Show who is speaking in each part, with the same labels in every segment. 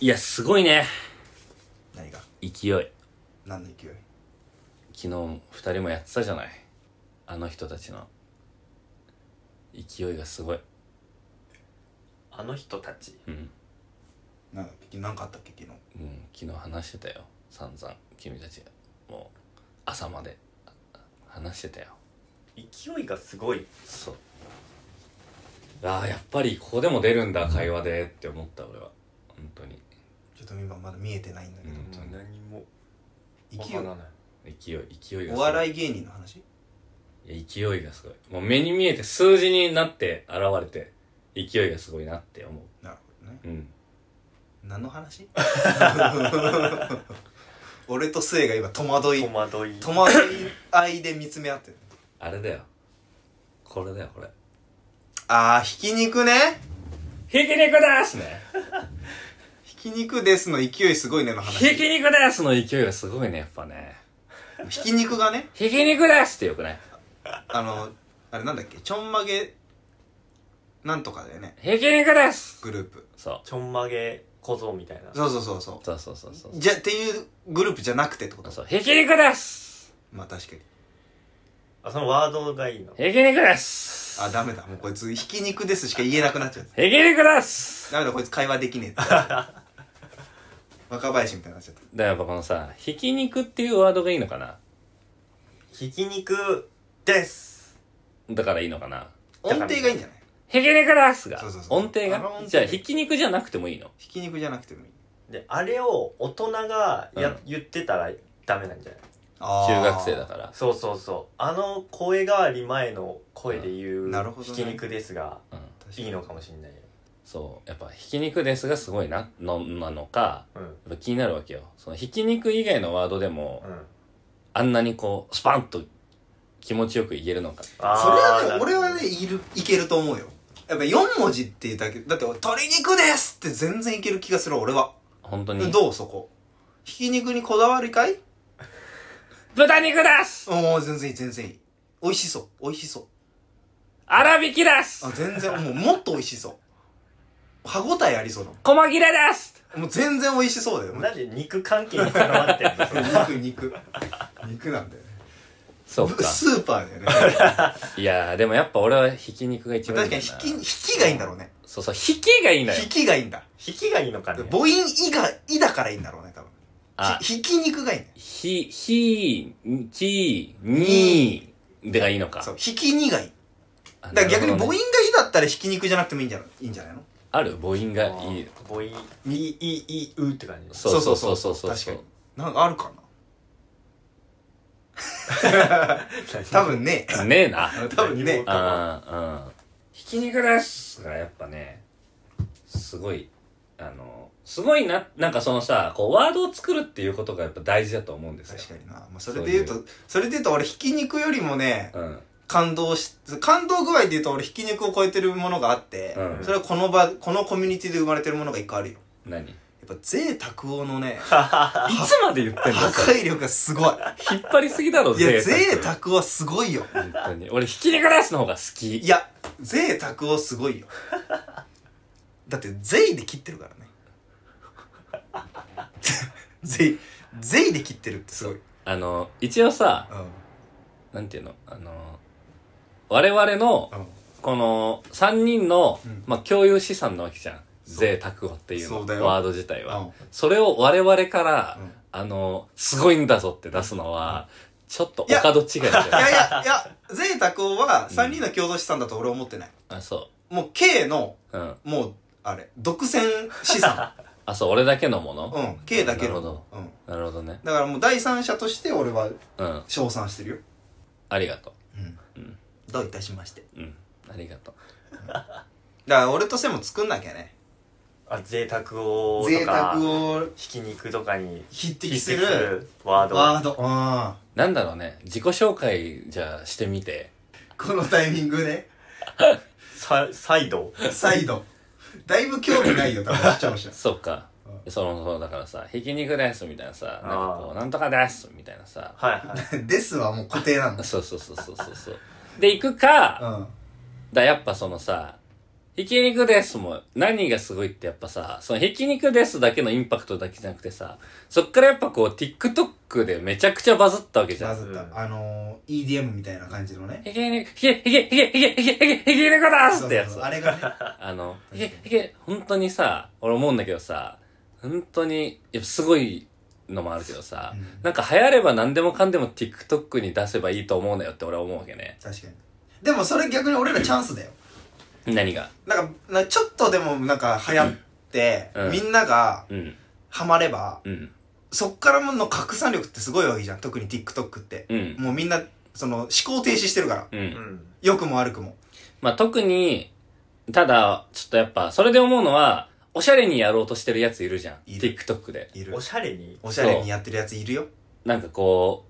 Speaker 1: いや、すごいね。
Speaker 2: 何が
Speaker 1: 勢い。昨
Speaker 2: 何の勢い
Speaker 1: 日、二人もやってたじゃない。あの人たちの。勢いがすごい。
Speaker 3: あの人たち
Speaker 1: うん。
Speaker 2: なんだっけ何かあったっけ昨日
Speaker 1: うん、昨日話してたよ。散々。君たち。もう、朝まで。話してたよ。
Speaker 3: 勢いがすごい
Speaker 1: そう。ああ、やっぱりここでも出るんだ、会話でって思った、俺は。本当に。
Speaker 2: ちょっと今まだ見えてないんだけど、
Speaker 1: うん
Speaker 3: 何も
Speaker 2: 勢
Speaker 3: わからない
Speaker 1: 勢い、勢い
Speaker 2: い
Speaker 1: が
Speaker 2: お笑
Speaker 1: い
Speaker 2: い芸人の話
Speaker 1: いや、勢いがすごい。もう目に見えて数字になって現れて、勢いがすごいなって思
Speaker 2: なるほどね
Speaker 1: う。うん。
Speaker 2: 何の 話俺と末が今戸惑い
Speaker 3: 戸惑い
Speaker 2: 戸惑い合いで見つめ合ってる
Speaker 1: あれだよ。これだよ、これ。
Speaker 2: あーひき肉ね
Speaker 1: ひき肉ですね。
Speaker 2: ひき肉ですの勢いすごいねの話
Speaker 1: ひき肉ですの勢いがすごいね、やっぱね。
Speaker 2: ひき肉がね
Speaker 1: ひき肉ですってよくない
Speaker 2: あのあれなんだっけちょんまげなんとかだよね
Speaker 1: ひき肉です
Speaker 2: グループ
Speaker 1: そう。
Speaker 3: ちょんまげ小僧みたいな
Speaker 2: そうそうそうそ
Speaker 1: そうそうそうそう
Speaker 2: う。じゃっていうグループじゃなくてってこと
Speaker 1: そう、ひき肉です
Speaker 2: まあ確かに
Speaker 3: あそのワードがいいの
Speaker 1: ひき肉です
Speaker 2: あダメだもうこいつひき肉ですしか言えなくなっちゃう
Speaker 1: ひき肉です
Speaker 2: ダメだこいつ会話できね えって若林みたいになっちゃった
Speaker 1: だからやっぱこのさ、ひき肉っていうワードがいいのかな
Speaker 3: ひき肉です
Speaker 1: だからいいのかな
Speaker 2: 音程がいいんじゃない
Speaker 1: ひき肉ですが
Speaker 2: そうそうそう
Speaker 1: 音程
Speaker 2: あの音
Speaker 1: が
Speaker 2: 程
Speaker 1: じゃあ、ひき肉じゃなくてもいいの
Speaker 2: ひき肉じゃなくてもいい
Speaker 3: であれを大人がや、
Speaker 1: うん
Speaker 3: 言ってたらダメなんじゃない
Speaker 1: 中学生だから。
Speaker 3: そうそうそうあの声変わり前の声で言う、
Speaker 2: んなるほど
Speaker 3: ひ
Speaker 2: ね
Speaker 3: き肉ですが
Speaker 1: うん。
Speaker 3: いいのかもしんないよ
Speaker 1: そう。やっぱ、ひき肉ですがすごいな、の、なのか、
Speaker 3: うん
Speaker 1: やっぱ気になるわけよ。その、ひき肉以外のワードでも、
Speaker 3: うん
Speaker 1: あんなにこう、スパンと気持ちよく言えるのか。
Speaker 3: あー
Speaker 2: それは
Speaker 3: な
Speaker 2: ね俺はねいるいけると思うよやっぱ4文字っていうだけだって俺鶏肉ですって全然いける気がする俺は
Speaker 1: 本当に。
Speaker 2: どうそこひき肉にこだわりかい
Speaker 1: 豚肉です
Speaker 2: おお全然いい全然いい美味しそう美味しそう
Speaker 1: 粗挽きです
Speaker 2: あ全然もうもっと美味しそう歯応えありそうだも
Speaker 1: 細切れです
Speaker 2: んもう全然美味しそうだよ
Speaker 3: なんで肉関係に絡まってるの
Speaker 2: 肉肉肉なんだよね
Speaker 1: そうか。
Speaker 2: スーパーだよね 確
Speaker 1: いやー、でもやっぱ俺はひき肉が一番いいん
Speaker 2: か
Speaker 1: だ
Speaker 2: に
Speaker 1: な。
Speaker 2: 引き引きがいいんだろうね
Speaker 1: そうそう、引きがいいのよ。
Speaker 2: 引きがいいんだ
Speaker 3: 引きがいいのかね
Speaker 2: 母音「い」が「い」だからいいんだろうね多分
Speaker 1: あ、
Speaker 2: ひひき肉がいいね
Speaker 1: ひ、ひ、き、に、でがいいのか。
Speaker 2: そうひきにがいい
Speaker 1: あ
Speaker 2: だから逆に
Speaker 1: なる
Speaker 2: 母
Speaker 1: ほ
Speaker 2: 音
Speaker 1: ど
Speaker 2: が「
Speaker 1: ね
Speaker 2: い」だったらひき肉じゃなくてもいいんじゃないいいんじゃないの
Speaker 1: ある母音がいい。
Speaker 3: ボイいいいいうって感じ
Speaker 1: そうそうそうそうそう。
Speaker 2: 確かになんかあるかな多
Speaker 3: 多分
Speaker 2: 分ねえ
Speaker 1: ねえな。
Speaker 2: 多分ね
Speaker 3: 多
Speaker 1: ああ、うん。ひき肉ですがやっぱね、すごい、あの、すごいな、なんかそのさ、こう、ワードを作るっていうことがやっぱ大事だと思うんですよ。
Speaker 2: 確かにな、まあ、それで言うとそれで言うと俺ひき肉よりもね
Speaker 1: うん。
Speaker 2: 感動し感動具合で言うと俺ひき肉を超えてるものがあって、
Speaker 1: うん
Speaker 2: それはこの場このコミュニティで生まれてるものが一個あるよ
Speaker 1: 何い
Speaker 2: やっぱ贅沢王 のね
Speaker 1: つまで言ってんの
Speaker 2: 破壊力がすごい
Speaker 1: 引っ張りすぎだろ、
Speaker 2: いや
Speaker 1: 贅
Speaker 2: 贅沢はすごいよ
Speaker 1: 沢。本当に。俺、ひき肉ですの方が好き。
Speaker 2: いや、贅沢をすごいよ。だって、税で切ってるからね。 税、税で切ってるってすごい。うん。
Speaker 1: あの、一応さ、なんていうの、あの、我々の、この、三人の、
Speaker 2: うん
Speaker 1: まあ、共有資産なわけじゃん。
Speaker 2: そう
Speaker 1: 贅沢をっていう
Speaker 2: そ
Speaker 1: の
Speaker 2: うだよ
Speaker 1: ワード自体は。
Speaker 2: うん
Speaker 1: それを我々から、
Speaker 2: うん
Speaker 1: あの、すごいんだぞって出すのは、ちょっとお門違いじ
Speaker 2: いや
Speaker 1: ゃ
Speaker 2: いや、いや、贅沢王は3人の共同資産だと俺は思ってない。
Speaker 1: ん。あ、そ
Speaker 2: もう、K の、
Speaker 1: う。うん。
Speaker 2: もう、あれ、独占 資産。
Speaker 1: あ、そう、俺だけのも
Speaker 2: う
Speaker 1: の
Speaker 2: ん、K だけ
Speaker 1: なる
Speaker 2: の。
Speaker 1: ほど
Speaker 2: うん。
Speaker 1: なるほどね。
Speaker 2: だからもう第三者として俺は
Speaker 1: うん。
Speaker 2: 称賛してるよ。
Speaker 1: ありがと
Speaker 2: うん。
Speaker 1: うん
Speaker 2: どういたしまして。
Speaker 1: う。うん。ありがとう。
Speaker 2: だから俺とせも作んなきゃね。
Speaker 3: あ贅沢をと
Speaker 2: 贅沢
Speaker 3: か
Speaker 2: を
Speaker 3: ひき肉とかに
Speaker 2: 匹敵
Speaker 3: 匹敵
Speaker 2: す
Speaker 3: す
Speaker 2: る
Speaker 3: るワード
Speaker 2: ワード。うん。
Speaker 1: なんだろうね。自己紹介、じゃあ、してみて。
Speaker 2: このタイミングで、
Speaker 3: さ再度
Speaker 2: 再度。だいぶ興味ないよ、多分視聴者。
Speaker 1: そっか
Speaker 2: う。
Speaker 1: その、そうだからさ、ひき肉ですみたいなさ、なんかこ
Speaker 3: あ
Speaker 1: う、なんとかですみたいなさ。
Speaker 3: はいはい
Speaker 2: ですはもう固定なんだ。
Speaker 1: そうそうそうそうそうそう。で、行くか、だ
Speaker 2: うん。
Speaker 1: やっぱそのさ、ひき肉ですも何がすごいってやっぱさ、そのひき肉ですだけのインパクトだけじゃなくてさ、そっからやっぱこう TikTok でめちゃくちゃバズったわけじゃ
Speaker 2: バ
Speaker 1: ん。
Speaker 2: ズっ
Speaker 3: うん
Speaker 2: た。あのー、EDM みたいな感じのね。
Speaker 1: ひき肉、ひけ、ひけ、ひけ、ひけ、ひけ、ひけ、ひき肉だー
Speaker 2: そうそ
Speaker 1: っ
Speaker 2: う
Speaker 1: てや
Speaker 2: そ
Speaker 1: つ
Speaker 2: う。あれがね。
Speaker 1: あの、ひけ、ひけ、本当にさ、俺思うんだけどさ、本当に、やっぱすごいのもあるけどさ、
Speaker 2: うん
Speaker 1: なんか流行れば何でもかんでも TikTok に出せばいいと思うなよって俺は思うわけね。
Speaker 2: 確かに。でもそれ逆に俺らチャンスだよ。
Speaker 1: 何が
Speaker 2: なんか、なちょっとでもなんか流行って、
Speaker 1: うん
Speaker 2: みんなが
Speaker 1: うん、
Speaker 2: ハマれば、
Speaker 1: うん、
Speaker 2: そっからの拡散力ってすごいわけじゃん。特に TikTok って。
Speaker 1: うん、
Speaker 2: もうみんな、その、思考停止してるから。
Speaker 1: う。
Speaker 3: うんん
Speaker 2: 良くも悪くも。
Speaker 1: まあ、特に、ただ、ちょっとやっぱ、それで思うのは、おしゃれにやろうとしてるやついるじゃん。
Speaker 2: いる
Speaker 1: TikTok で。
Speaker 2: いる
Speaker 3: お。しゃれに
Speaker 2: おしゃれにやってるやついるよ。
Speaker 1: なんかこ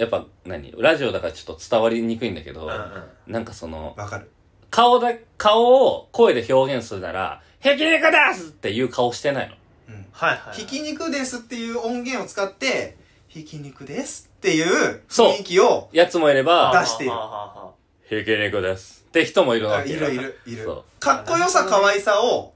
Speaker 1: う、やっぱ何、ラジオだからちょっと伝わりにくいんだけ
Speaker 3: う
Speaker 1: ど
Speaker 3: ん、うん
Speaker 1: なんかその、
Speaker 2: わかる。
Speaker 1: 顔だ、顔を声で表現するなら、ヘキ肉ですっていう顔してないの。
Speaker 2: うん。
Speaker 3: はいはい
Speaker 2: ひき肉ですっていう音源を使って、ひき肉ですっていう
Speaker 1: そう
Speaker 2: 雰囲気を、
Speaker 1: やつもいれば、
Speaker 2: 出している
Speaker 3: はあはあはあは
Speaker 1: ヘキ肉ですって人もいるわ
Speaker 2: あ
Speaker 1: け
Speaker 2: い
Speaker 1: よ
Speaker 2: るいる、いる
Speaker 1: そう。
Speaker 2: かっこよさ、可愛さを、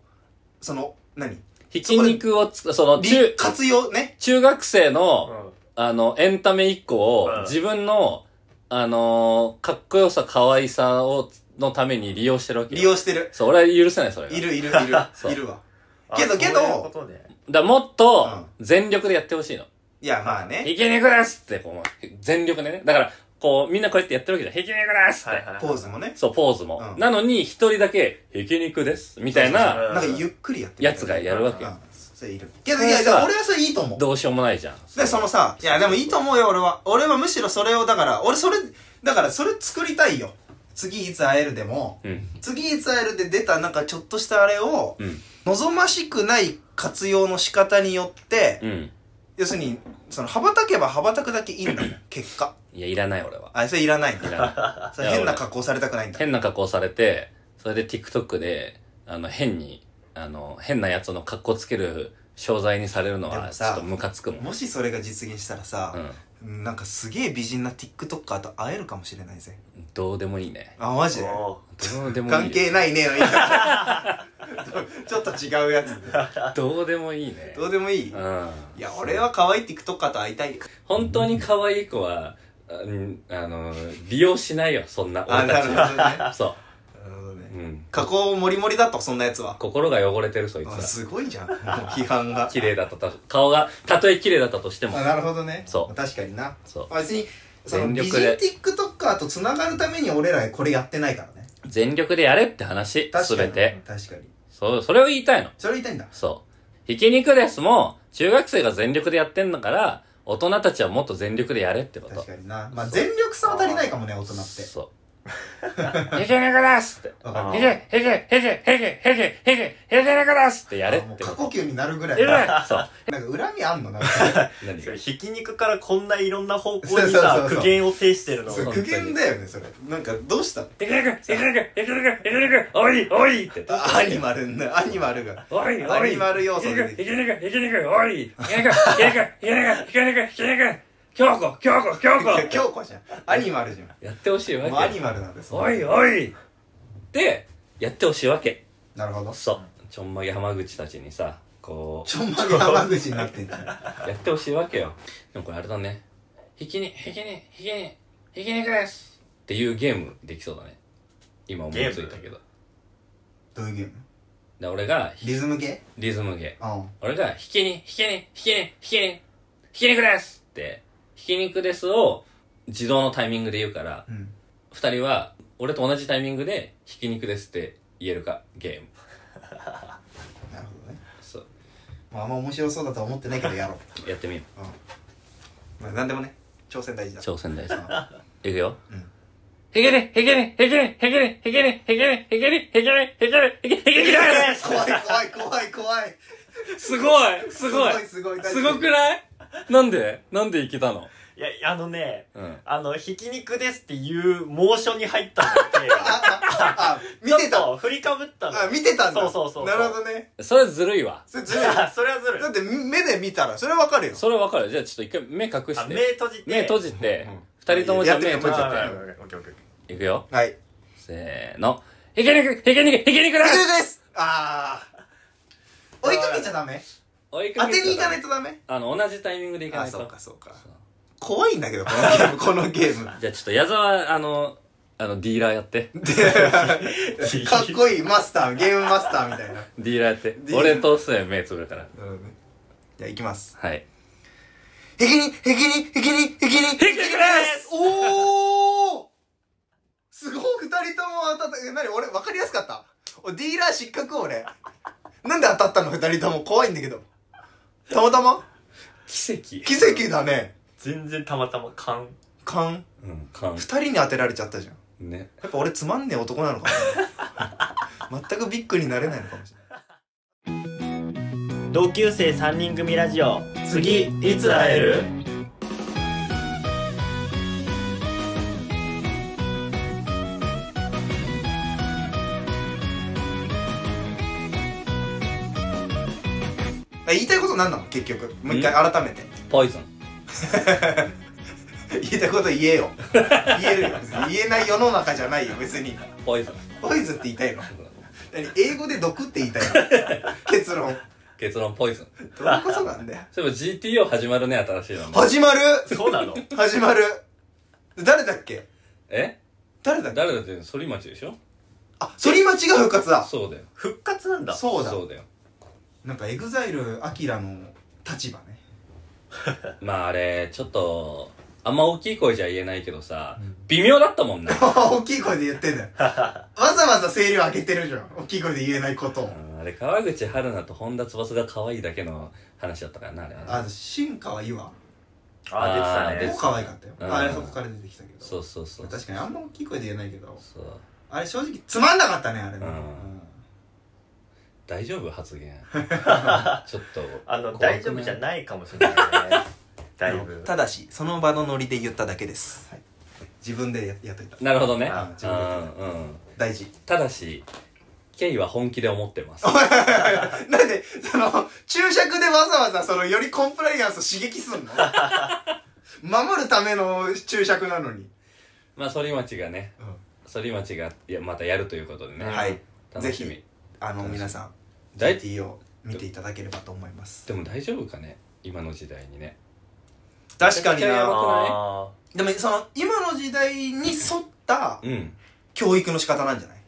Speaker 2: その、何
Speaker 1: ひき肉をつ、その、
Speaker 2: り
Speaker 1: 中、
Speaker 2: 活用ね。
Speaker 1: 中学生の、
Speaker 3: あうん
Speaker 1: あの、エンタメ一個を
Speaker 3: うん、
Speaker 1: 自分の、あのーかっこよさ、可愛さを、のために利用してるわけよ。
Speaker 2: 利用してる。
Speaker 1: そう、俺は許せない、それが。
Speaker 2: い
Speaker 1: だか
Speaker 2: るいるいる。
Speaker 1: そう
Speaker 2: いるわ。
Speaker 3: あ
Speaker 2: けどけど
Speaker 3: そういうことね
Speaker 1: らもっと、全力でやってほしいの。
Speaker 2: いや、まあね。
Speaker 1: ひき肉ですって、こう、全力でね。だから、こう、みんなこうやってやってるわけじゃん。ひき肉ですって。
Speaker 3: はいはい
Speaker 2: ポーズもね。
Speaker 1: そう、ポーズも。
Speaker 2: うん
Speaker 1: なのに、一人だけ、ひき肉です。みたい
Speaker 3: そうそう
Speaker 1: な、
Speaker 3: ん
Speaker 2: なんかゆっくりやって
Speaker 1: やつがやるわけ
Speaker 2: う
Speaker 1: よ。
Speaker 2: んそれいる。けど、
Speaker 1: それ
Speaker 2: いや、
Speaker 1: さ
Speaker 2: いや俺はそれいいと思う。
Speaker 1: どうしようもないじゃん。
Speaker 2: で、そのさ、いや、でもいいと思うよ、俺は。俺はむしろそれを、だから、俺それ、だからそれ作りたいよ。次いつ会えるでも、
Speaker 1: うん。
Speaker 2: 次いつ会えるで出たなんかちょっとしたあれを、
Speaker 1: うん。
Speaker 2: 望ましくない活用の仕方によって、
Speaker 1: うん。
Speaker 2: 要するに、その、羽ばたけば羽ばたくだけいいんだもん、結果。
Speaker 1: いや、いらない、俺は。
Speaker 2: あ、それいらないん
Speaker 1: い
Speaker 2: だ。
Speaker 1: らない。
Speaker 2: それ変な格好されたくないんだ。
Speaker 1: 変な格好されて、それで TikTok で、あの、変に、あの、変なやつの格好つける商材にされるの
Speaker 2: で
Speaker 1: は、
Speaker 2: も
Speaker 1: ち
Speaker 2: さ
Speaker 1: ょっとムカつくもん。
Speaker 2: もしそれが実現したら
Speaker 1: う
Speaker 2: さ、
Speaker 1: ん。
Speaker 2: なんかすげえ美人な TikToker と会えるかもしれないぜ。
Speaker 1: どうでもいいね。
Speaker 2: あ、マジで
Speaker 3: お
Speaker 1: どうでもいい。
Speaker 2: 関係ないねの言い方 ちょっと違うやつ。
Speaker 1: どうでもいいね。
Speaker 2: どうでもいい。
Speaker 1: うん。
Speaker 2: いや、俺は可愛い TikToker と会いたいよ。
Speaker 1: 本当に可愛い子は、うんあの、利用しないよ、そんな
Speaker 2: あ、
Speaker 1: 俺た
Speaker 2: なる
Speaker 1: ち
Speaker 2: ほどね。
Speaker 1: は。
Speaker 2: な
Speaker 1: そ
Speaker 2: るほど
Speaker 1: う。う
Speaker 2: ね。
Speaker 1: ん。
Speaker 2: 加工もりもりだと、そんなやつは。
Speaker 1: 心が汚れてる、そいつ
Speaker 2: あ
Speaker 1: は。
Speaker 2: すごいじゃん。もう批判が。
Speaker 1: 綺麗だったと、顔が、たとえ綺麗だったとしても
Speaker 2: あ。なるほどね
Speaker 1: そう
Speaker 2: 確かにな
Speaker 1: そう
Speaker 2: まあ別にその
Speaker 1: 全
Speaker 2: 美
Speaker 1: 力
Speaker 2: 人
Speaker 1: で
Speaker 2: TikToker とつながるために俺らこれやってないからね
Speaker 1: 全力でやれって話、す
Speaker 2: 確か
Speaker 1: べ
Speaker 2: に
Speaker 1: て。
Speaker 2: 確かに
Speaker 1: そう、それを言いたいの。
Speaker 2: それ言いたいんだ
Speaker 1: そう。ひき肉ですも、中学生が全力でやってんだから、大人たちはもっと全力でやれってこと。
Speaker 2: 確かになまあ全力さは足りないかもね大人って
Speaker 1: そう。 ひき肉ですって。
Speaker 2: わかる
Speaker 3: あ
Speaker 1: へけ、へけ、へけ、へけ、へけ、へけ、へけ、へけ肉ですってやれ
Speaker 2: あも
Speaker 1: っ
Speaker 2: う
Speaker 1: て
Speaker 2: 過
Speaker 1: こと
Speaker 2: 呼。吸になるぐら
Speaker 1: え
Speaker 2: いな
Speaker 1: らいそう。
Speaker 2: なんか恨みあんのなんか
Speaker 1: 何
Speaker 3: そ
Speaker 1: が
Speaker 3: れひき肉からこんないろんな方向
Speaker 2: そう
Speaker 3: に
Speaker 2: そうそ
Speaker 3: さ
Speaker 2: うそう
Speaker 3: 苦言を呈してるの
Speaker 2: そう苦言だよねそれなんかどうしたの
Speaker 1: ひき肉、ひき肉、ひき肉、ひき肉、おい、おいって。
Speaker 2: あアニマルねアニマルが
Speaker 1: おい、おい。
Speaker 2: アニマル要素
Speaker 1: ひ
Speaker 2: で
Speaker 1: き肉、ひき肉、ひき肉、おい。ひき肉、ひき肉、ひき肉、ひき肉、ひき肉。京子、京子、京
Speaker 2: いや
Speaker 1: 子。
Speaker 2: 京子じゃんアニマルじゃん
Speaker 1: やってほしいわけ。
Speaker 2: もうアニマルなんです
Speaker 1: おいおいでやってほしいわけ
Speaker 2: なるほど
Speaker 1: そうちょんまげ浜口たちにさこ
Speaker 2: ちょんまげ浜口になってんじゃ ん
Speaker 1: うやってほしいわけよでもこれあれだねひきにひきにひきにひき肉ですっていうゲームできそうだね今思いついたけど
Speaker 2: どういうゲーム
Speaker 1: で俺がひ
Speaker 2: リズム系
Speaker 1: リズムゲー
Speaker 2: うん
Speaker 1: 俺がひきにひきにひきにひきにひき肉ですってひき肉ですを自動のタイミングで言うから
Speaker 2: うん
Speaker 1: 二人は俺と同じタイミングでひき肉ですって言えるかゲーム
Speaker 2: なるほどね
Speaker 1: そう
Speaker 2: まあ、あんま面白そうだとは思ってないけどやろう。
Speaker 1: やってみよう
Speaker 2: まあ、なんでもね、挑戦大事だ。
Speaker 1: 挑戦 大事。
Speaker 2: あ
Speaker 1: いくよ。
Speaker 2: うん
Speaker 1: へけれ、へけれ、へけれ、へけれ、へけれ、へけれ、へけれ、へけれ、へけれ、へけれ、へけれ、へけれ、
Speaker 2: 怖い怖い怖い怖い。
Speaker 1: すごいすごい
Speaker 2: すごい
Speaker 1: すごくないなんでなんでいけたの
Speaker 3: いやあのね
Speaker 1: うん。
Speaker 3: あのひき肉ですっていうモーションに入ったんだよ手が
Speaker 2: あ、あ、あ、 見て。
Speaker 3: ちょったと振りかぶったの
Speaker 2: あ、見てたんだ。
Speaker 3: そうそうそう
Speaker 2: なるほどね。
Speaker 1: それずるいわ。
Speaker 2: それずるい。だ
Speaker 3: あそれはずるい
Speaker 2: って目で見たら、それわかるよ。
Speaker 1: それわかるじゃあちょっと一回目隠
Speaker 3: あ
Speaker 1: し
Speaker 3: 目
Speaker 1: て。
Speaker 3: 閉じて
Speaker 1: 目閉じて
Speaker 2: うん、
Speaker 1: 二人ともじゃあ
Speaker 2: やって
Speaker 1: 目
Speaker 2: みよう
Speaker 1: 閉
Speaker 3: あ
Speaker 1: じ
Speaker 3: あああオッケーオッケーオッケー
Speaker 1: て。いくよ。
Speaker 2: はい。
Speaker 1: せーの。ひき肉、ひき肉、ひき肉で
Speaker 2: ひき
Speaker 1: す
Speaker 2: 肉ですああ追いかけちゃダメ
Speaker 1: 追い
Speaker 2: 当
Speaker 1: かけ
Speaker 2: てに行かない
Speaker 1: と。
Speaker 2: とダメ
Speaker 1: あの、同じタイミングで行か
Speaker 2: あ
Speaker 1: な
Speaker 2: ー
Speaker 1: いと。
Speaker 2: そうかそうか怖いんだけどこのゲームこのゲ ーム
Speaker 1: じゃあちょっと矢沢、あの、あの、ディーラーやって。
Speaker 2: でかっこいいマスターゲームマスターみたいな
Speaker 1: ディーラーやって
Speaker 2: ディー。ラー
Speaker 1: 俺とす目つぶるから。
Speaker 2: じゃあ行きます
Speaker 1: はい。
Speaker 2: へきにへきにへきにへきにへき
Speaker 1: にです
Speaker 2: おおすごい二人とも当たったえ何俺分かりやすかったおディーラー失格俺なんで当たったの二人とも怖いんだけどたまたま
Speaker 1: 奇跡。
Speaker 2: 奇跡だね
Speaker 3: 全然たまたま勘
Speaker 2: 勘
Speaker 1: うん、感
Speaker 2: 二。人に当てられちゃったじゃん
Speaker 1: ね。
Speaker 2: やっぱ俺つまんねえ男なのかもね全くビッグになれないのかもしれない
Speaker 3: 同級生3人組ラジオ
Speaker 2: 次
Speaker 3: いつ会える
Speaker 2: え言いたいこと何なの結局もう一回改めて
Speaker 1: ポイズン。
Speaker 2: 言いたいこと言えよ言えるよ別に言えない世の中じゃないよ別に
Speaker 1: ポイズン。
Speaker 2: ポイズンって言いたいの何英語で毒って言いたいの結論ど
Speaker 1: 結論ポイズン。
Speaker 2: ういうことなんだよ
Speaker 1: そういえば GTO 始まるね、新しいのも。
Speaker 2: 始まる
Speaker 3: そうなの
Speaker 2: 始まる誰だっけ
Speaker 1: え
Speaker 2: 誰だっけ
Speaker 1: 誰だって反町でしょ
Speaker 2: あ反町が復活だ
Speaker 1: そうだよ。
Speaker 3: 復活なんだ
Speaker 2: そうだ
Speaker 1: そうだよ。
Speaker 2: なんかエグザイルアキラの立場ね
Speaker 1: まああれ、ちょっと、あんま大きい声じゃ言えないけどさ、微妙だったもんな。
Speaker 2: 大きい声で言ってんだよわざわざ声量上げてるじゃん大きい声で言えないことを
Speaker 1: うんあれ、川口春奈と本田翼が可愛いだけの話だったからな、あれは
Speaker 2: あ
Speaker 1: ね。
Speaker 2: 進化はいいわ
Speaker 1: あ
Speaker 3: あー
Speaker 1: ー出
Speaker 3: 出て
Speaker 1: て
Speaker 2: も
Speaker 3: た
Speaker 2: う
Speaker 3: ね
Speaker 2: 可愛かったよ
Speaker 1: うん
Speaker 2: あれそこから出てきたけど
Speaker 1: そうそうそう。
Speaker 2: 確かにあんま大きい声で言えないけど
Speaker 1: そう。
Speaker 2: あれ正直つまんなかったねあれね
Speaker 1: うん
Speaker 2: うん
Speaker 1: 大丈夫発言。ちょっと。
Speaker 3: あの大丈夫じゃ
Speaker 1: い。
Speaker 3: ないかもしれないねだいぶ
Speaker 2: ただしその場のノリで言っただけです、自分でややっといた
Speaker 1: なるほどね。
Speaker 3: あ
Speaker 2: 自
Speaker 1: う
Speaker 2: 分で
Speaker 1: んうん。
Speaker 2: 大事
Speaker 1: ただし、ケイは本気で思ってます。
Speaker 2: なんでその注釈でわざわざそのよりコンプライアンスを刺激すんの守るための注釈なのに、
Speaker 1: まあ、反町がね、反町がいやまたやるということでね。
Speaker 2: はい。
Speaker 1: 楽し
Speaker 2: ぜ
Speaker 1: み。
Speaker 2: あの皆さん
Speaker 1: 大
Speaker 2: GT を見ていただければと思います
Speaker 1: でも大丈夫かね今の時代にね。
Speaker 2: 確か
Speaker 1: めちゃ
Speaker 2: に
Speaker 1: くちゃやば
Speaker 2: な
Speaker 3: あ
Speaker 2: でもその今の時代に沿った
Speaker 1: うん。
Speaker 2: 教育の仕方なんじゃない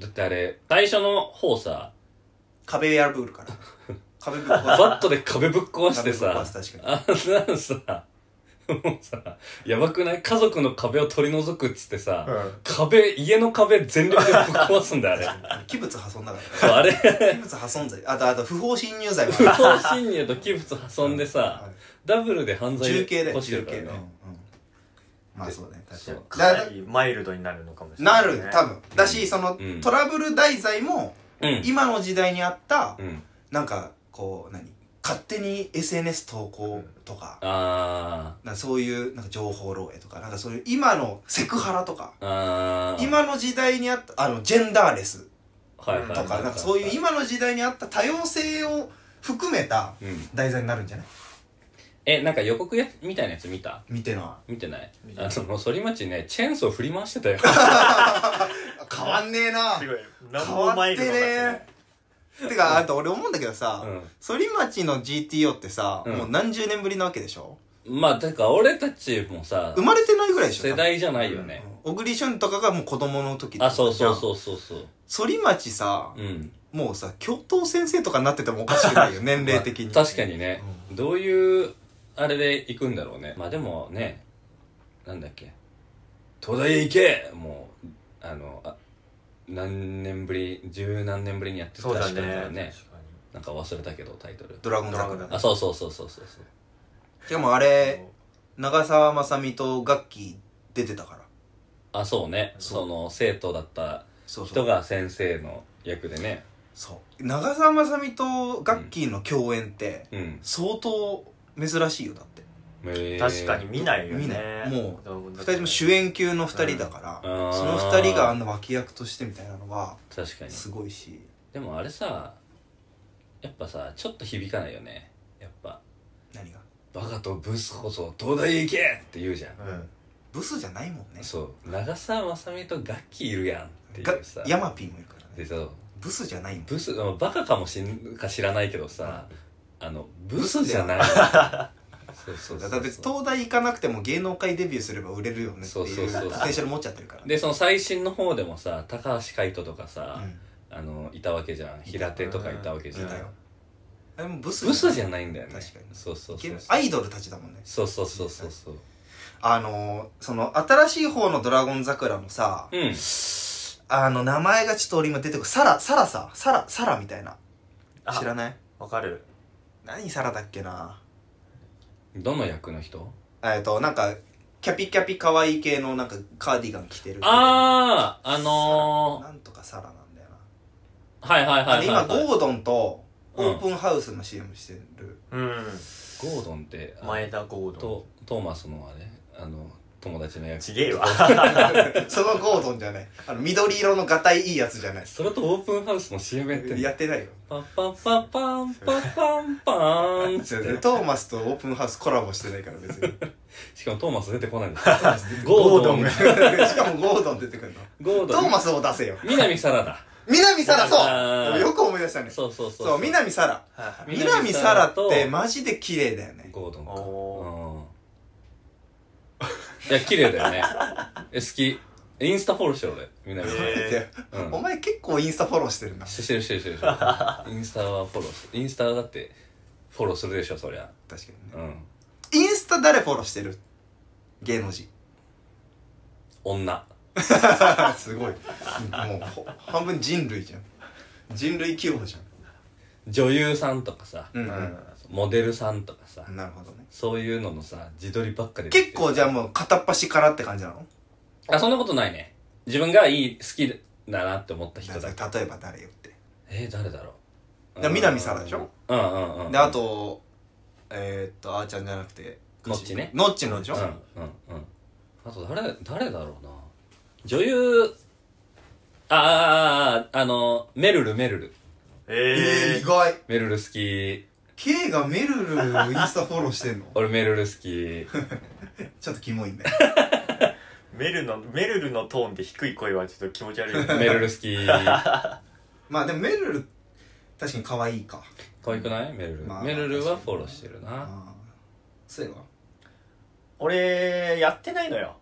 Speaker 1: だってあれ、最初の方さ、
Speaker 2: 壁破るから壁ぶっ壊す
Speaker 1: バットで壁ぶっ 壊してさ、
Speaker 2: 壁ぶっ壊す確か
Speaker 1: あんなんさ、もうさ、やばくない家族の壁を取り除くっつってさ、
Speaker 3: ーうん
Speaker 1: 壁、家の壁全力でぶっ壊すん だよ、あれ。
Speaker 2: に器物破損だから
Speaker 1: そうあれ、
Speaker 2: 器物破損罪あとあと不法侵入罪も
Speaker 1: 不
Speaker 2: ある
Speaker 1: 法侵入と器物破んでさ
Speaker 2: はい、
Speaker 1: ダブルで犯罪
Speaker 2: 重刑だ
Speaker 1: 起
Speaker 2: よ
Speaker 1: こして
Speaker 2: 重
Speaker 1: るか
Speaker 2: 刑
Speaker 1: ら
Speaker 2: うんうん
Speaker 1: ね。
Speaker 2: まあそうね確か
Speaker 1: そう
Speaker 2: に
Speaker 3: かな
Speaker 2: だ
Speaker 3: りマイルドになるのかもしれな、
Speaker 2: ない
Speaker 3: ね、
Speaker 2: る多分だしその
Speaker 1: うん
Speaker 2: トラブル題材も
Speaker 1: うん。
Speaker 2: 今の時代にあった
Speaker 1: うん。
Speaker 2: なんかこう何勝手に SNS 投稿とか
Speaker 1: あ
Speaker 2: なんかそういうなんか情報漏洩とかなんかそういう今のセクハラとか
Speaker 1: ー。あー。
Speaker 2: 今の時代にあったあのジェンダーレス
Speaker 1: はいはい
Speaker 2: と
Speaker 1: はいはい、
Speaker 2: かなんかそういう今の時代にあった多様性を含めた
Speaker 1: うん。
Speaker 2: 題材になるんじゃない
Speaker 1: え、なんか予告やみたいなやつ見た
Speaker 2: 見てのは
Speaker 1: 見てない
Speaker 3: 見て
Speaker 1: あ
Speaker 3: ない
Speaker 1: の、反町ね、チェーンソー振り回して たよ。
Speaker 2: 変わんねえな
Speaker 3: すごい何
Speaker 2: 変
Speaker 3: も
Speaker 2: わ
Speaker 3: マ
Speaker 2: っ
Speaker 3: イル
Speaker 2: て
Speaker 3: ド
Speaker 2: ね
Speaker 3: になってない
Speaker 2: てかあと俺思うんだけどさ、
Speaker 1: うん
Speaker 2: 反町の GTO ってさ、
Speaker 1: うん
Speaker 2: もう何十年ぶりなわけでしょ
Speaker 1: まあ、てか、俺たちもさ
Speaker 2: 生、まれてないぐらいでしょ
Speaker 1: 世代じゃないよね。
Speaker 2: 多分小栗旬とかがもう子供の時
Speaker 1: あ、そうそう
Speaker 2: う
Speaker 1: そうそうそう。
Speaker 2: 反町さ、
Speaker 1: うん。
Speaker 2: もうさ教頭先生とかになっててもおかしくないよ年齢的に、
Speaker 1: まあ確かにね、どういう、あれで行くんだろうね。まあでもね、なんだっけ。東大へ行けもう、あの、あ何年ぶり、十何年ぶりにやってた
Speaker 3: そうだ
Speaker 1: ら
Speaker 3: ね
Speaker 1: ね。
Speaker 3: 確か
Speaker 1: なんか忘れたけど、タイトル。
Speaker 2: ドラゴン桜
Speaker 3: ドラ
Speaker 1: あ、そうそうそうそうそうそう。
Speaker 2: しかもあ
Speaker 3: に
Speaker 2: れ長澤まさみと楽器出てたから
Speaker 1: あ、そうね。
Speaker 2: そう
Speaker 1: その、生徒だった
Speaker 2: そうそ
Speaker 1: 人
Speaker 2: う
Speaker 1: が先生の役でね。
Speaker 2: そう長澤まさみと楽器の共演って
Speaker 1: うん。
Speaker 2: 相当珍しいよだって
Speaker 1: へー
Speaker 3: 確かに。見ないよね
Speaker 2: 見ないも
Speaker 3: う
Speaker 2: 二人とも主演級の二人だから、
Speaker 1: うん
Speaker 2: その二人があの脇役としてみたいなのは
Speaker 1: 確かに。
Speaker 2: すごいし
Speaker 1: でもあれさ、やっぱさ、ちょっと響かないよね。やっぱ、
Speaker 2: 何が
Speaker 1: バカとブスこそ東大へ行けって言うじゃん。
Speaker 3: うん
Speaker 2: ブスじゃないもんね
Speaker 1: そう。長澤まさみとガッキーいるやんっって
Speaker 2: が
Speaker 1: いうさ
Speaker 2: ヤマピーもいるからね
Speaker 1: でさ
Speaker 2: ブスじゃないんだ
Speaker 1: ブスバカかもしんか知らないけどさ、あのブスじゃない そうそうそ
Speaker 2: だ
Speaker 1: う
Speaker 2: から別に東大行かなくても芸能界デビューすれば売れるよねって
Speaker 1: そう
Speaker 2: い
Speaker 1: そううそうそう
Speaker 2: ポテンシャル持っちゃってるから
Speaker 1: でその最新の方でもさ高橋海人とかさ、
Speaker 2: うん
Speaker 1: あのいたわけじゃん平手とかいたわけじゃん
Speaker 2: いたよあれもブス
Speaker 1: ブスじゃ
Speaker 2: い
Speaker 1: ないんだよね
Speaker 2: 確かに
Speaker 1: そうそうそう
Speaker 2: アイドルたちだもんね
Speaker 1: そうそうそうそうそう
Speaker 2: あのーその新しい方の「ドラゴン桜」のさ
Speaker 1: うん
Speaker 2: あの名前がちょっと俺今出てこないサラサラさサラサラみたいな知ら
Speaker 3: あ
Speaker 2: ない
Speaker 3: わかる
Speaker 2: 何サラだっけな
Speaker 1: どの役の人
Speaker 2: えっとなんかキャピキャピ可愛い系のなんかカーディガン着てる
Speaker 1: あああ
Speaker 2: サ
Speaker 1: の
Speaker 2: ラなんとかサラなんだよな
Speaker 1: ー、はいはい
Speaker 2: あ
Speaker 1: は
Speaker 2: の
Speaker 1: いはい、は
Speaker 2: 今
Speaker 1: い、
Speaker 2: ゴードンと
Speaker 1: う
Speaker 2: オ
Speaker 1: ん
Speaker 2: ープンハウスの CM して る
Speaker 3: うん
Speaker 1: ゴードンってあの
Speaker 3: 前田ゴードン
Speaker 1: とトーマスのあれあの友達の役
Speaker 3: ちげえわ
Speaker 2: そのゴードンじゃないあの緑色のガタイいいやつじゃない
Speaker 1: それとオープンハウスの CM やってんの
Speaker 2: やってないよ
Speaker 1: パンパンパンパンパンパンパンっつ
Speaker 2: ト
Speaker 1: って
Speaker 2: ーマスとオープンハウスコラボしてないから別に
Speaker 1: しかもトーマス出てこないんです
Speaker 3: ゴードン
Speaker 1: が
Speaker 2: しかもゴードン出てくるの
Speaker 1: ゴー
Speaker 2: ト
Speaker 1: ド
Speaker 2: ー
Speaker 1: ン
Speaker 2: マスを出せよ
Speaker 1: 南沙羅だ
Speaker 2: 南沙羅
Speaker 1: あ
Speaker 2: そう
Speaker 1: ー
Speaker 2: よく思い出したねそう
Speaker 1: そうそうそう
Speaker 2: 南沙羅
Speaker 3: はいはい
Speaker 2: 南
Speaker 1: 南
Speaker 2: 沙
Speaker 1: 沙
Speaker 2: 羅
Speaker 1: 羅と
Speaker 2: ってマジで綺麗だよね
Speaker 1: ゴードンか
Speaker 3: お
Speaker 1: うんいや綺麗だよねえ好きインスタフォローしてる俺南沙羅
Speaker 3: へー
Speaker 2: で
Speaker 1: うん
Speaker 2: お前結構インスタフォローしてるな
Speaker 1: してるしてるしてるしてるインスタはフォローすインスタだってフォローするでしょそりゃ
Speaker 2: 確かにね
Speaker 1: うん
Speaker 2: インスタ誰フォローしてる芸能人
Speaker 1: 女
Speaker 2: すごいもうほ半分人類じゃん人類規模じ
Speaker 1: 女優さんとかさ
Speaker 2: ゃんう
Speaker 3: う
Speaker 2: ん、
Speaker 3: ん
Speaker 2: うん
Speaker 1: モデルさんとかさ
Speaker 2: なるほどね
Speaker 1: そういうののさ自撮りばっかり
Speaker 2: 結構じゃあもう片っ端からって感じなの
Speaker 1: あそんなことないね自分がいい好きだなって思った人だけ
Speaker 2: 例えば誰よって
Speaker 1: えー、誰だろう
Speaker 2: だから南沙羅でしょ
Speaker 1: うんうんうんうん
Speaker 2: であとえー、っとあーちゃんじゃなくて
Speaker 1: ノッチね
Speaker 2: ノッチので
Speaker 1: う
Speaker 2: しょ、
Speaker 1: んうんうんあと誰誰だろうな女優ああああああのメルルメルル
Speaker 2: えー、
Speaker 3: え
Speaker 2: 意外
Speaker 1: メルル好き
Speaker 2: K がメルルインスタフォローしてんの
Speaker 1: 俺メルル好
Speaker 2: ちょっとキモいんだよ
Speaker 3: ー、メルのメルルのトーンで低い声はちょっと気持ち悪いよね
Speaker 1: き メルル好き
Speaker 2: まあでもメルル確かに可愛いか
Speaker 1: 可愛くないメルル、
Speaker 2: まあ
Speaker 1: メルルはフォローしてるな
Speaker 2: あそういえば
Speaker 3: 俺やってないのよ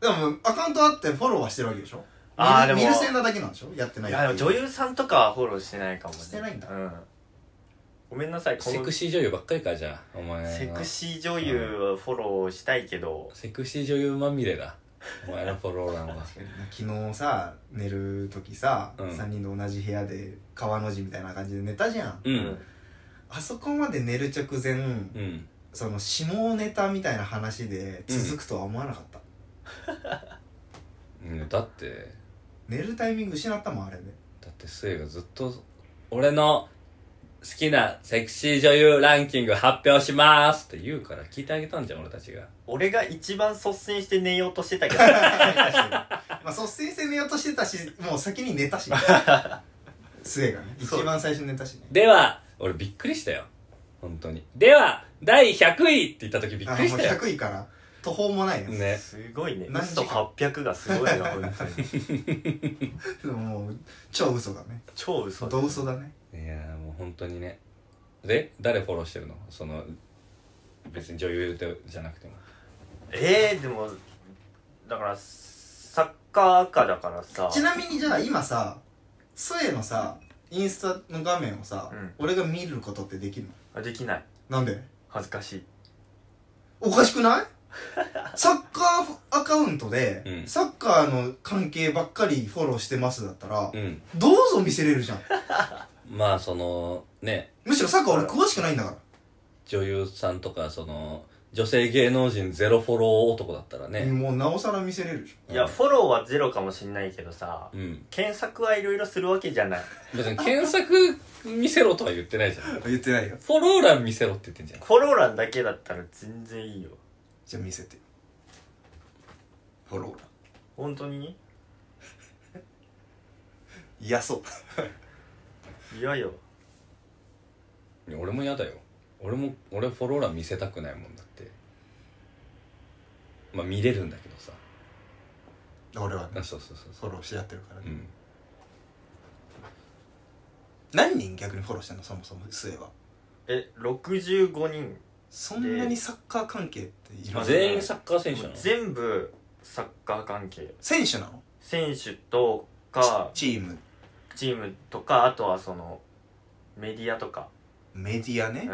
Speaker 2: でもアカウントあってフォローはしてるわけでしょ
Speaker 3: あーでも
Speaker 2: 見る見る性なだけなんでしょやってないいって
Speaker 3: やでも女優さんとかはフォローしてないかもね
Speaker 2: してないんだ
Speaker 3: うんごめんなさいこの
Speaker 1: セクシー女優ばっかりかじゃあお前の
Speaker 3: セクシー女優はフォローしたいけど、
Speaker 1: セクシー女優まみれだお前のフォロー欄は
Speaker 2: 昨日さ寝る時さ、
Speaker 1: うん
Speaker 2: 3人で同じ部屋で川の字みたいな感じで寝たじゃん
Speaker 1: う
Speaker 3: うん
Speaker 2: あそこまで寝る直前、
Speaker 1: うん
Speaker 2: その下ネタみたいな話で続くとは思わなかった、
Speaker 1: うんだって
Speaker 2: 寝るタイミング失ったもんあれで
Speaker 1: だってスエがずっと俺の好きなセクシー女優ランキング発表しますって言うから聞いてあげたんじゃん俺たちが
Speaker 3: 俺が一番率先して寝ようとしてたけど
Speaker 2: まあ率先して寝ようとしてたしもう先に寝たし 末がね
Speaker 3: そう
Speaker 2: 一番最初に寝たしね
Speaker 1: では俺びっくりしたよ本当にでは第100位って言った時びっ
Speaker 2: あ
Speaker 1: くりし
Speaker 2: もう
Speaker 1: たよ
Speaker 2: 100位から途方もないね
Speaker 1: ね
Speaker 3: すごいね
Speaker 2: 何時
Speaker 3: 嘘
Speaker 2: 間
Speaker 3: 800がすごいな本当に
Speaker 2: もう超嘘だね
Speaker 3: 超嘘
Speaker 2: ど嘘だね
Speaker 1: いやーもう本当にねで誰フォローしてるのその別に女優でじゃなくても
Speaker 3: えー、でもだからサッカー赤だからさ
Speaker 2: ちなみにじゃあ今さ末のさインスタの画面をさ、
Speaker 3: うん
Speaker 2: 俺が見ることってできるの
Speaker 3: あできない
Speaker 2: なんで
Speaker 3: 恥ずかしい
Speaker 2: おかし くないサッカーアカウントで、
Speaker 1: うん
Speaker 2: サッカーの関係ばっかりフォローしてますだったら、
Speaker 1: うん
Speaker 2: どうぞ見せれるじゃん
Speaker 1: まあそのね
Speaker 2: むしろサッカー俺詳しくないんだから
Speaker 1: 女優さんとかその女性芸能人ゼロフォロー男だったらね
Speaker 2: もうなおさら見せれるでし
Speaker 1: うん
Speaker 3: いやフォローはゼロかもしんないけどさ
Speaker 1: うん
Speaker 3: 検索はいろいろするわけじゃない
Speaker 1: 別に検索見せろとは言ってないじゃ ん
Speaker 2: ょ言ってないよ
Speaker 1: フォロー欄見せろって言ってんじゃん
Speaker 3: フォロー欄だけだったら全然いいよ
Speaker 2: じゃあ見せてフォローだ
Speaker 3: 本当に
Speaker 2: いやそう
Speaker 3: いやよ
Speaker 1: いや俺も嫌だよ俺も俺フォロー欄見せたくないもんだってまあ見れるんだけどさ
Speaker 2: 俺はね
Speaker 1: あそうそうそうそ
Speaker 2: フォローし合ってるから
Speaker 1: うう
Speaker 2: ね
Speaker 1: ん
Speaker 2: 何人逆にフォローしてんのそもそも末は
Speaker 3: え65人
Speaker 2: そんなにサッカー関係っている
Speaker 3: まあ
Speaker 1: 全員サッカー選手なの
Speaker 3: 全部サッカー関係
Speaker 2: 選手なの
Speaker 3: 選手とか
Speaker 2: チーム
Speaker 3: チームとかあとはそのメディアとか、
Speaker 2: メディア
Speaker 3: う
Speaker 2: ね
Speaker 3: ん、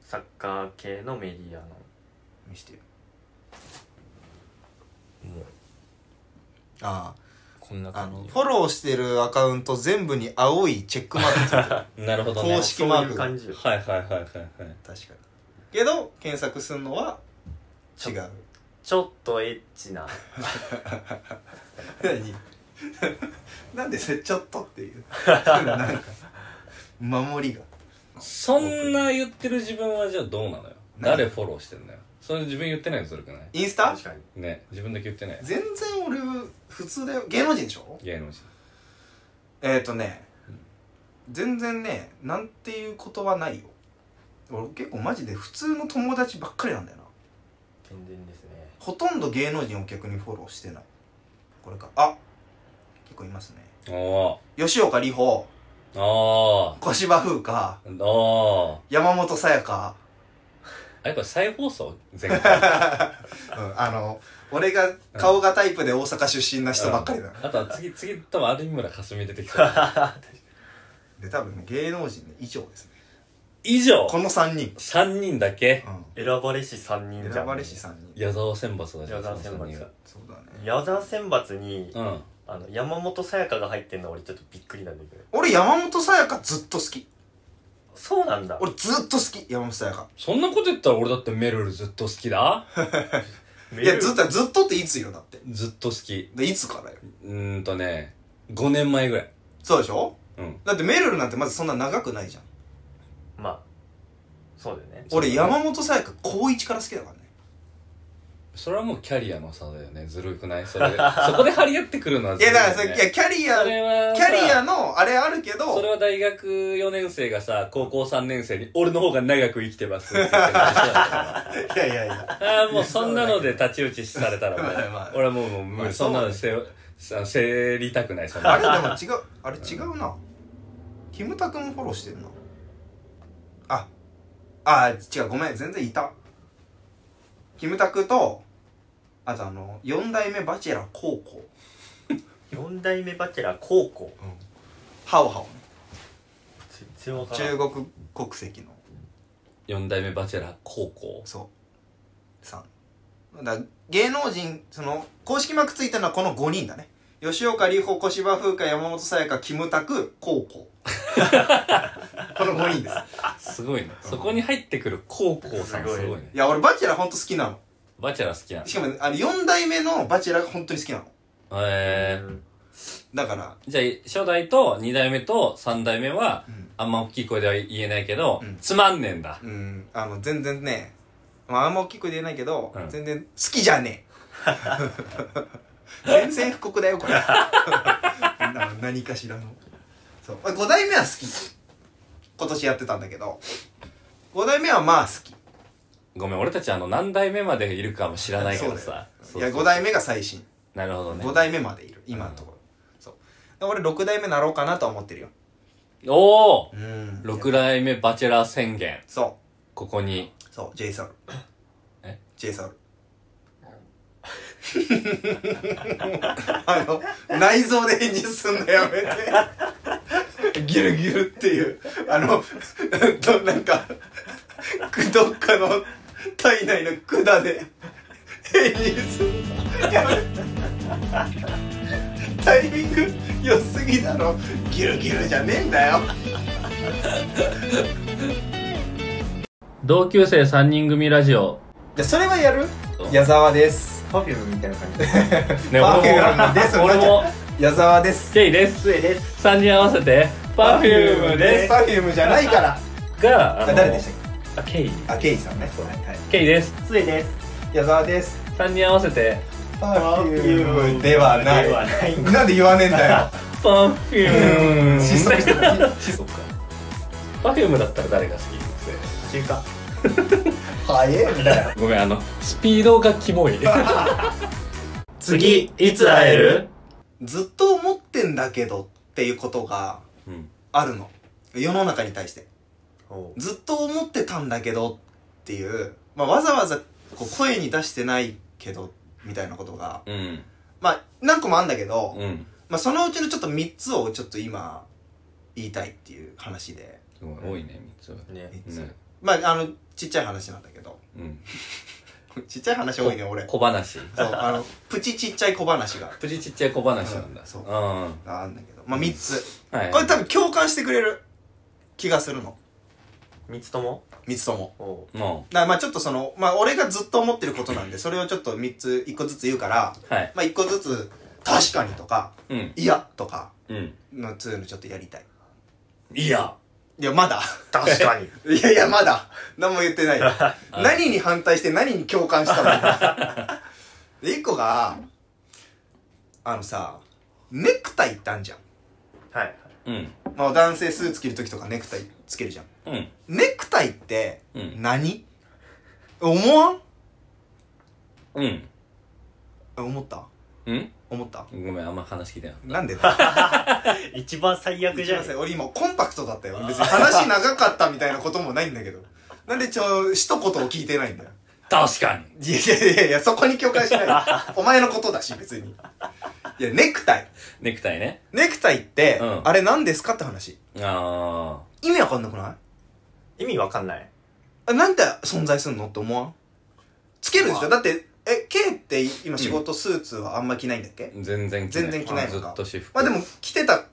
Speaker 3: サッカー系のメディアの
Speaker 2: 見してよあ
Speaker 4: こんな
Speaker 2: ああ
Speaker 4: 感
Speaker 2: の
Speaker 4: じ
Speaker 2: フォローしてるアカウント全部に青いチェックマークついてる
Speaker 1: なるほどね
Speaker 2: 公式マーク
Speaker 3: そういう感じよ
Speaker 1: はいはいはいはいはい
Speaker 2: 確かにけど検索するのは違う
Speaker 3: ちょっとエッ チな
Speaker 2: 何なんでそれちょっとっていうなんか守りが
Speaker 1: そんな言ってる自分はじゃあどうなのよ誰フォローしてんのよそれ自分言ってないのずるくない
Speaker 2: インスタ
Speaker 3: かに
Speaker 1: ね自分だけ言ってない
Speaker 2: 全然俺普通だよ芸能人でしょ
Speaker 1: 芸能人
Speaker 2: えっ、ー、とね全然ねなんていうことはないよ俺結構マジで普通の友達ばっかりなんだよな
Speaker 3: 健全ですね
Speaker 2: ほとんど芸能人を逆にフォローしてないこれかあ結構いますね
Speaker 1: お
Speaker 2: 吉岡里帆
Speaker 1: ーあ
Speaker 2: 小芝風花
Speaker 1: ーあ
Speaker 2: 山本さやか
Speaker 1: ーあれこれ再放送前回
Speaker 2: うん、あの俺が顔がタイプで大阪出身な 人ばっかりだ、
Speaker 1: あとは次次多分有村架純出てきた
Speaker 2: で多分ね芸能人以上ですね
Speaker 1: 以上
Speaker 2: この3人、
Speaker 1: 3人だけ
Speaker 2: う
Speaker 3: 選ばれし3人じ
Speaker 2: ん、
Speaker 3: ゃん
Speaker 2: 選ばれし3人
Speaker 1: 矢沢選抜だじゃん
Speaker 3: 矢沢選
Speaker 1: その三人が
Speaker 3: 抜
Speaker 2: そうだね
Speaker 3: 矢沢選抜に
Speaker 1: うん
Speaker 3: あの山本さやかが入ってんの俺ちょっとびっくりなんだけど
Speaker 2: 俺山本さやかずっと好き
Speaker 3: そうなんだ
Speaker 2: 俺ずっと好き山本さやか
Speaker 1: そんなこと言ったら俺だってメルルずっと好きだ
Speaker 3: メール
Speaker 2: いやずっとずっとっていつよだって
Speaker 1: ずっと好き
Speaker 2: でいつからよ
Speaker 1: うーんとね5年前ぐらい
Speaker 2: そうでしょ
Speaker 1: うん
Speaker 2: だってメルルなんてまずそんな長くないじゃん
Speaker 3: まあそうだよね
Speaker 2: 俺山本さやか高一から好きだからね
Speaker 1: それはもうキャリアの差だよねずるくないそれ そこで張り合ってくるのはいず
Speaker 2: や
Speaker 1: る
Speaker 2: だから
Speaker 1: よ
Speaker 2: さ、
Speaker 1: ね
Speaker 2: いやキャリア
Speaker 1: それは
Speaker 2: キャリア
Speaker 1: の
Speaker 2: のあれあるけど
Speaker 1: それは大学4年生がさ高校3年生に俺の方が長く生きてますって言 ってる人だから
Speaker 2: いやいやいや
Speaker 1: ああもうそんなので太刀打ちされたら
Speaker 2: まあまあ
Speaker 1: ね俺はもうもう無
Speaker 2: まあ
Speaker 1: 理
Speaker 2: そ
Speaker 1: そ
Speaker 2: うんだ
Speaker 1: な
Speaker 2: ね
Speaker 1: のせさせりたくないそんな
Speaker 2: あ
Speaker 1: の
Speaker 2: れでも違うあれ違うなキムタクもフォローしてるなああ違うごめん全然いたキムタクとあとあの4代目バチェラー高校
Speaker 3: 4代目バチェラー高校
Speaker 2: ハオハオね
Speaker 3: 全然わからん
Speaker 2: 中国国籍の
Speaker 1: 4代目バチェラー高校
Speaker 2: そうさんだから芸能人その公式マークついたのはこの5人だね吉岡里帆小芝風花山本さやかキムタク高校この5人です
Speaker 1: すごいねそこに入ってくる高校さん
Speaker 3: すごい
Speaker 1: すごいね
Speaker 2: いや俺バチェラーほんと好きなの
Speaker 1: バチェラー好きなの
Speaker 2: しかもあの4代目のバチェラーが本当に好きなの
Speaker 1: え
Speaker 3: うん
Speaker 2: だから、
Speaker 1: ー、じゃあ初代と2代目と3代目は
Speaker 2: うん
Speaker 1: あんま大きい声では言えないけど、
Speaker 2: うん
Speaker 1: つまんねえんだ
Speaker 2: うん、あの全然ね、まあ、あんま大きく言えないけど、
Speaker 1: うん
Speaker 2: 全然好きじゃね え全然不告だよこれな何かしらのそう5代目は好き今年やってたんだけど5代目はまあ好き
Speaker 1: ごめん俺たちあの何代目までいるかも知らないからさ
Speaker 2: いや5代目が最新
Speaker 1: 目なるほどね
Speaker 2: 5代目までいる今のところ、そうで俺6代目なろうかなとは思ってるよ
Speaker 1: おお
Speaker 2: うん
Speaker 1: 6代目バチェラー宣言
Speaker 2: そう
Speaker 1: ここに
Speaker 2: そう、J ソウル。
Speaker 1: え
Speaker 2: ?J ソウル。 あの、内臓で返事すんのやめて。ギュルギュルっていう、あの、どなんか、くどっかの体内の管で返事すんのやめて。タイミング良すぎだろ。ギュルギュルじゃねえんだよ。
Speaker 1: 同級生3人組ラジオ
Speaker 2: じゃ、それはやる
Speaker 1: そう
Speaker 2: 矢沢です。
Speaker 3: パフュームみたいな感じ
Speaker 1: ね
Speaker 2: パフュ
Speaker 1: 俺
Speaker 2: ー
Speaker 1: も
Speaker 2: ムです
Speaker 1: 俺も
Speaker 2: 矢沢です。
Speaker 1: ケイです
Speaker 3: 上です
Speaker 1: 3人合わせてパフュームです
Speaker 2: パフュームじゃないから。
Speaker 1: があの
Speaker 2: 誰でした
Speaker 1: あ
Speaker 2: っ
Speaker 1: ケイ
Speaker 2: けあ、ケイさんね。はいはい。
Speaker 1: ケイです
Speaker 3: 上です
Speaker 2: 矢沢です。
Speaker 1: 3人合わせて
Speaker 2: パフュームではない
Speaker 3: で。はないんだ
Speaker 2: なんで言わねえん だよ。
Speaker 1: パフューム
Speaker 2: 失踪した。
Speaker 1: そっかパフュームだったら誰が好き
Speaker 3: 中華
Speaker 2: 早えんだよ。
Speaker 1: ごめんあのスピードがキモい
Speaker 2: つ
Speaker 3: 次、いつ会える
Speaker 2: ずっと思ってんだけどっていうことが
Speaker 1: うん
Speaker 2: あるの。世の中に対して。
Speaker 3: おう
Speaker 2: ずっと思ってたんだけどっていう、まあ、わざわざこう声に出してないけど、みたいなことが、
Speaker 1: うん
Speaker 2: まあ、何個もあんだけど、
Speaker 1: うん
Speaker 2: まあ、そのうちのちょっと3つをちょっと今、言いたいっていう話で。
Speaker 1: すごい多いね3つは
Speaker 3: ね
Speaker 2: 三つ
Speaker 1: ね
Speaker 2: まあ、あの、ちっちゃい話なんだけど。
Speaker 1: うん
Speaker 2: ちっちゃい話多いね、俺。
Speaker 1: 小話
Speaker 2: そう、あ の、プチちっちゃい小話が
Speaker 1: プチちっちゃい小話なんだ
Speaker 2: そう
Speaker 1: うんは
Speaker 2: あるんだけど。まあ、3つ。
Speaker 1: い
Speaker 2: これ多分共感してくれる気がするの。
Speaker 3: 三つとも
Speaker 2: 3つとも。
Speaker 3: おう
Speaker 1: も
Speaker 2: だからまあちょっとその、まあ俺がずっと思ってることなんで、それをちょっと3つ、1個ずつ言うから、
Speaker 1: うはい
Speaker 2: まあ1個ずつ、確かにとか、
Speaker 1: うん
Speaker 2: いやとか、
Speaker 1: うん
Speaker 2: のつうのちょっとやりたい。
Speaker 1: いや
Speaker 2: いや、まだ。
Speaker 3: 確かに。
Speaker 2: いやいや、まだ。何も言って ないよ。何に反対して何に共感したの で、一個が、あのさ、ネクタイってあんじゃん。
Speaker 3: はい。
Speaker 1: うん
Speaker 2: まあ男性スーツ着るときとかネクタイつけるじゃん。
Speaker 1: うん
Speaker 2: ネクタイって
Speaker 1: うん
Speaker 2: 何、思わん
Speaker 1: うん
Speaker 2: あ思った
Speaker 1: うん
Speaker 2: 思った
Speaker 1: ごめんあんま話聞いてなかっ
Speaker 2: なんでだ
Speaker 3: 一番最悪
Speaker 2: す
Speaker 3: じ
Speaker 2: い
Speaker 3: ゃ
Speaker 2: ま
Speaker 3: ん。
Speaker 2: せん俺今コンパクトだったよ。別に話長かったみたいなこともないんだけど。なんでちょ、一言を聞いてないんだよ。
Speaker 1: た確かに
Speaker 2: いやいやいやいや、そこに共感しないで。お前のことだし、別に。いや、ネクタイ。
Speaker 1: ネクタイね
Speaker 2: ネクタイって、
Speaker 1: うん
Speaker 2: あれ何ですかって話。
Speaker 1: あ
Speaker 2: 意味わかんなくない
Speaker 3: 意味わかんない。
Speaker 2: あなんで存在すんのって思わんつけるでし
Speaker 3: ま
Speaker 2: ょ
Speaker 3: あ
Speaker 2: だって、え、K って今仕事スーツはあんま着ないんだっけ、
Speaker 1: あ全然
Speaker 2: 全然着ない
Speaker 1: ず
Speaker 2: の
Speaker 1: っ
Speaker 2: か
Speaker 1: と私服
Speaker 2: まあでも着てた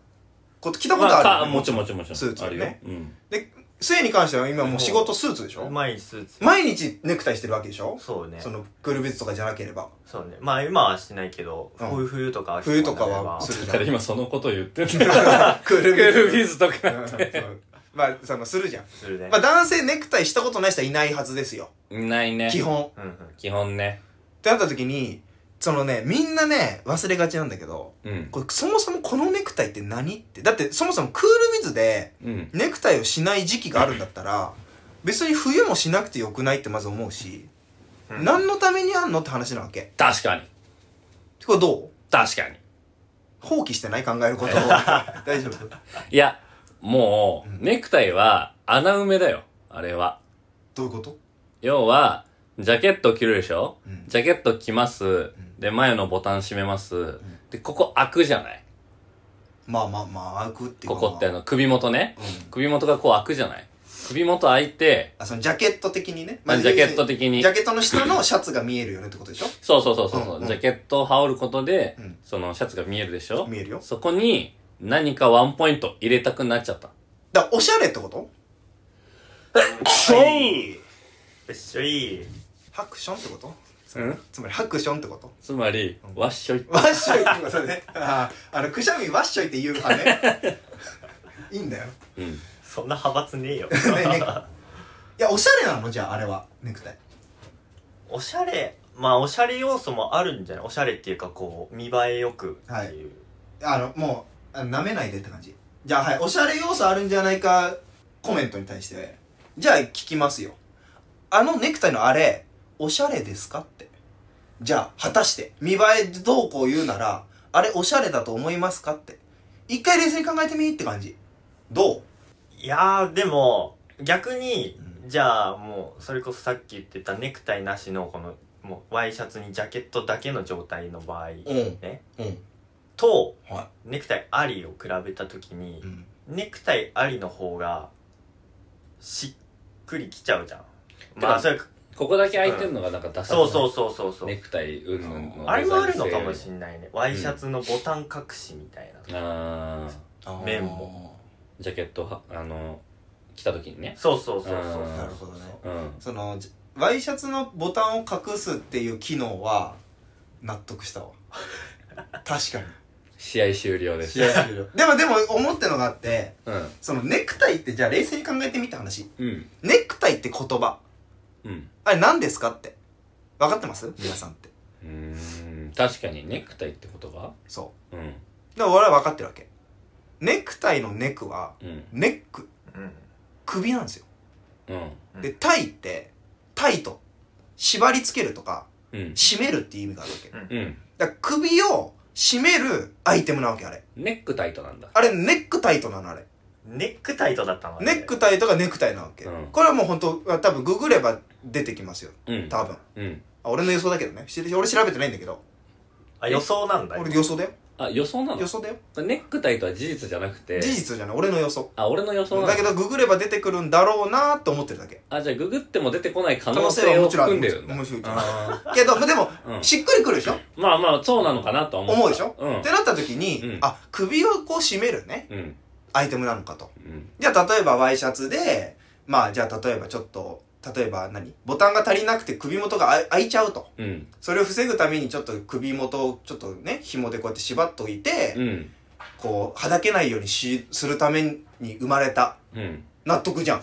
Speaker 2: こと、着たこと
Speaker 1: ま
Speaker 2: あるよね、
Speaker 1: かもちろんもちろんもちろん
Speaker 2: スーツ
Speaker 1: あ
Speaker 2: ね
Speaker 1: るようん
Speaker 2: で、せいに関しては今もう仕事スーツでしょ
Speaker 3: 毎日スーツ。
Speaker 2: 毎日ネクタイしてるわけでしょ
Speaker 3: そうね。
Speaker 2: その、クールビズとかじゃなければ。
Speaker 3: そうね。まあ今はしてないけど、
Speaker 2: うん
Speaker 3: こういう冬とか秋
Speaker 2: 冬とか
Speaker 3: なれば
Speaker 2: はする
Speaker 1: だ
Speaker 2: じ
Speaker 1: か
Speaker 2: ゃ
Speaker 1: ら
Speaker 2: ん。
Speaker 1: 今そのこと言って て
Speaker 2: クール
Speaker 1: クール
Speaker 2: ビ
Speaker 1: ビズと
Speaker 2: ズ。う
Speaker 1: か
Speaker 2: んそうまあ、その、するじゃん。
Speaker 3: するね。
Speaker 2: まあ男性ネクタイしたことない人はいないはずですよ。
Speaker 1: ないね
Speaker 2: 基本。
Speaker 3: うんうん。
Speaker 1: 基本ね
Speaker 2: ってなった時に、そのね、みんなね、忘れがちなんだけど、
Speaker 1: うん
Speaker 2: これそもそもこのネクタイって何って。だってそもそもクールビズで
Speaker 1: うん
Speaker 2: ネクタイをしない時期があるんだったら、別に冬もしなくてよくないってまず思うし、
Speaker 3: うん
Speaker 2: 何のためにあんのって話なわけ。
Speaker 1: 確かに
Speaker 2: これどう
Speaker 1: 確かに
Speaker 2: 放棄してない考えることを。大丈夫
Speaker 1: いやも
Speaker 2: うん
Speaker 1: うネクタイは穴埋めだよあれは
Speaker 2: どういうこと
Speaker 1: 要はジャケット着るでしょ
Speaker 2: うん
Speaker 1: ジャケット着ます
Speaker 2: ん
Speaker 1: で前のボタン閉めますでここ開くじゃない
Speaker 2: まあまあまあ、開くっていう
Speaker 1: こ
Speaker 2: か
Speaker 1: こってあの首元ね
Speaker 2: うん。
Speaker 1: 首元がこう開くじゃない首元開いて
Speaker 2: あ、そのジャケット的にね。
Speaker 1: まあジャケット
Speaker 2: 的
Speaker 1: 的に
Speaker 2: ジャケットの下のシャツが見えるよねってことでしょ
Speaker 1: そうそうそうそう、
Speaker 2: う
Speaker 1: うん
Speaker 2: うん
Speaker 1: ジャケットを羽織ることで、
Speaker 2: うん
Speaker 1: そのシャツが見えるでしょ
Speaker 2: 見えるよ
Speaker 1: そこに何かワンポイント入れたくなっちゃった。
Speaker 2: だからおしゃれってこと
Speaker 3: はい。よっしょい。
Speaker 2: ハクションってこと
Speaker 1: うん
Speaker 2: つまりハクションってこと
Speaker 1: つまり、
Speaker 2: うん
Speaker 1: わっしょい。
Speaker 2: ワッショイってことね。あーあの、くしゃみワッショイって言う派ね。いいんだよ。ね、
Speaker 1: うん。
Speaker 3: そんな派閥ねえよ。
Speaker 2: ね。いや、おしゃれなのじゃあ、あれは。ネクタイ。
Speaker 3: おしゃれ、まあおしゃれ要素もあるんじゃないおしゃれっていうかこう、見栄えよくっていう。
Speaker 2: あの、もう、あの舐めないでって感じ。じゃあ、はい。おしゃれ要素あるんじゃないか、コメントに対して。じゃあ、聞きますよ。あのネクタイのあれ、おしゃれですかって。じゃあ、果たして、見栄えどうこう言うなら、あれおしゃれだと思いますかって。一回冷静に考えてみって感じ。どう
Speaker 3: いやー、でも、逆に
Speaker 2: う、
Speaker 3: じゃあもう、それこそさっき言ってたネクタイなしのこの、もう、ワイシャツにジャケットだけの状態の場
Speaker 2: う
Speaker 3: 合
Speaker 2: ん。
Speaker 3: ね、
Speaker 2: うん。
Speaker 3: と、
Speaker 2: は
Speaker 3: ネクタイありを比べたとき
Speaker 2: い。
Speaker 3: に
Speaker 2: う、ん。
Speaker 3: ネクタイありの方が、しっくりきちゃうじゃん。
Speaker 1: まあ
Speaker 3: まあ、それ、
Speaker 1: ここだけ開いてんのがなんかダサくな
Speaker 3: そ
Speaker 1: いう
Speaker 3: そうそうそうそう
Speaker 1: ネ。クタイ、うんぬんの。
Speaker 3: あれもあるのかもし
Speaker 1: れ
Speaker 3: んないね。ワイシャツのボタン隠しみたいな。
Speaker 1: ない。あ
Speaker 2: 面
Speaker 3: 綿
Speaker 2: も
Speaker 3: も
Speaker 1: ージャケットは、あの、着た時にね。。
Speaker 3: そうそうそうそううん
Speaker 2: なるほどね
Speaker 1: うん。
Speaker 2: そのじワイシャツのボタンを隠すっていう機能は納得したわ確か
Speaker 1: 試合終了
Speaker 2: に
Speaker 1: です。
Speaker 2: 試合終了でもでも思ってのがあって
Speaker 1: うん。
Speaker 2: そのネクタイってじゃあ冷静に考えてみた話
Speaker 1: うん。
Speaker 2: ネクタイって言葉
Speaker 1: うん。
Speaker 2: あれ何ですかって分かってます皆さんって
Speaker 1: うーん。確かにネクタイって言葉
Speaker 2: そ
Speaker 1: うん。
Speaker 2: うだから俺は分かってるわけネクタイのネクは
Speaker 1: うん。
Speaker 2: ネック
Speaker 3: うん。
Speaker 2: 首なんですよ
Speaker 1: うん。
Speaker 3: うん
Speaker 2: でタイってタイト縛り付けるとか
Speaker 1: うん
Speaker 2: 締めるっていう意味があるわけ。
Speaker 1: うん
Speaker 2: だから首を締めるアイテムなわけ、あれ。
Speaker 1: ネックタイトなんだ
Speaker 2: あれ、ネックタイトなの、あれ。
Speaker 3: ネックタイトだったのあれ
Speaker 2: ネックタイトがネクタイなわけ。
Speaker 1: うん
Speaker 2: これはもう本当多分ググれば出てきますよ。
Speaker 1: うん
Speaker 2: 多分。
Speaker 1: うん
Speaker 2: あ俺の予想だけどね。し俺調べてないんだけど。
Speaker 3: あ予想なんだ
Speaker 2: 俺予想だよ。
Speaker 1: あ予想なの
Speaker 2: 予想だよ。
Speaker 1: ネックタイトは事実じゃなくて
Speaker 2: 事実じゃない、俺の予想。
Speaker 1: あ俺の予想な
Speaker 2: だ
Speaker 1: の
Speaker 2: けど、ググれば出てくるんだろうなと思ってるだけ。
Speaker 1: あじゃあググっても出てこない可
Speaker 2: 可
Speaker 1: 能
Speaker 2: 能
Speaker 1: 性
Speaker 2: 性は
Speaker 1: を
Speaker 2: もちろんあ
Speaker 1: 含
Speaker 2: る。
Speaker 1: んでるんだ
Speaker 2: 面白いけど
Speaker 1: あ
Speaker 2: けど、でも、
Speaker 1: ーうん
Speaker 2: しっくりくるでしょ
Speaker 1: まあまあそうなのかなとは思った
Speaker 2: 思うでしょ
Speaker 1: うん
Speaker 2: ってなった時に、
Speaker 1: うん
Speaker 2: あ、首をこう締めるね、
Speaker 1: うん
Speaker 2: アイテムなのかと。
Speaker 1: うん
Speaker 2: じゃあ、例えばワイシャツで、まあ、じゃあ、例えばちょっと、例えば何ボタンが足りなくて首元があ開いちゃうと。
Speaker 1: うん
Speaker 2: それを防ぐためにちょっと首元をちょっとね、紐でこうやって縛っといて、
Speaker 1: うん
Speaker 2: こう、はだけないようにし、するために生まれた。
Speaker 1: うん
Speaker 2: 納得じゃん。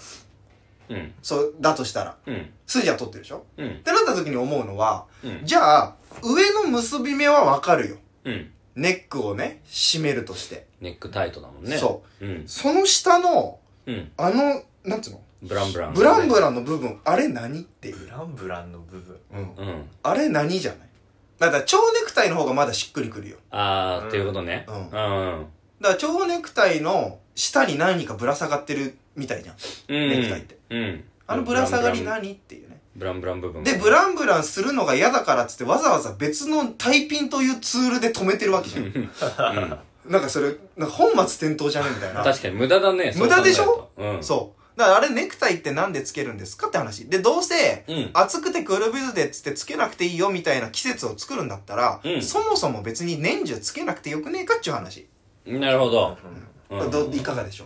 Speaker 1: うん
Speaker 2: そう、だとしたら。
Speaker 1: うん
Speaker 2: 筋は取ってるでしょ
Speaker 1: うん
Speaker 2: ってなった時に思うのは、
Speaker 1: うん
Speaker 2: じゃあ、上の結び目はわかるよ。
Speaker 1: うん
Speaker 2: ネックをね、締めるとして。
Speaker 1: ネックタイトだもんね
Speaker 2: そう
Speaker 1: うん
Speaker 2: う。その下の、
Speaker 1: うん
Speaker 2: あの、なんつうの
Speaker 1: ブランブラン
Speaker 2: ブランブランの部分、あれ何っていう。
Speaker 3: ブランブランの部分
Speaker 2: うん。
Speaker 1: うん
Speaker 2: あれ何じゃないだから、蝶ネクタイの方がまだしっくりくるよ。
Speaker 1: あー
Speaker 3: うん
Speaker 1: っていうことね
Speaker 2: うん
Speaker 1: うんうん
Speaker 2: だから、蝶ネクタイの下に何かぶら下がってるみたいじゃん。ネクタイって
Speaker 1: うん
Speaker 2: あのぶら下がり何っていうね。
Speaker 1: ブランブラン部分
Speaker 2: で、ブランブランするのが嫌だからっつってわざわざ別のタイピンというツールで止めてるわけじゃん。
Speaker 1: ン、うん、
Speaker 2: なんかそれ、なんか本末転倒じゃねみたいな。
Speaker 1: 確かに無駄だね
Speaker 2: 無駄でし
Speaker 1: そ
Speaker 2: ょ
Speaker 1: う考えるとうん
Speaker 2: そう。だからあれネクタイってなんでつけるんですかって話。で、どうせ、
Speaker 1: うん
Speaker 2: 暑くてクールビズでっつってつけなくていいよみたいな季節を作るんだったら、
Speaker 1: うん
Speaker 2: そもそも別に年中つけなくてよくねえかっちゅう話。
Speaker 1: なるほど、うん
Speaker 2: どいかがでしょ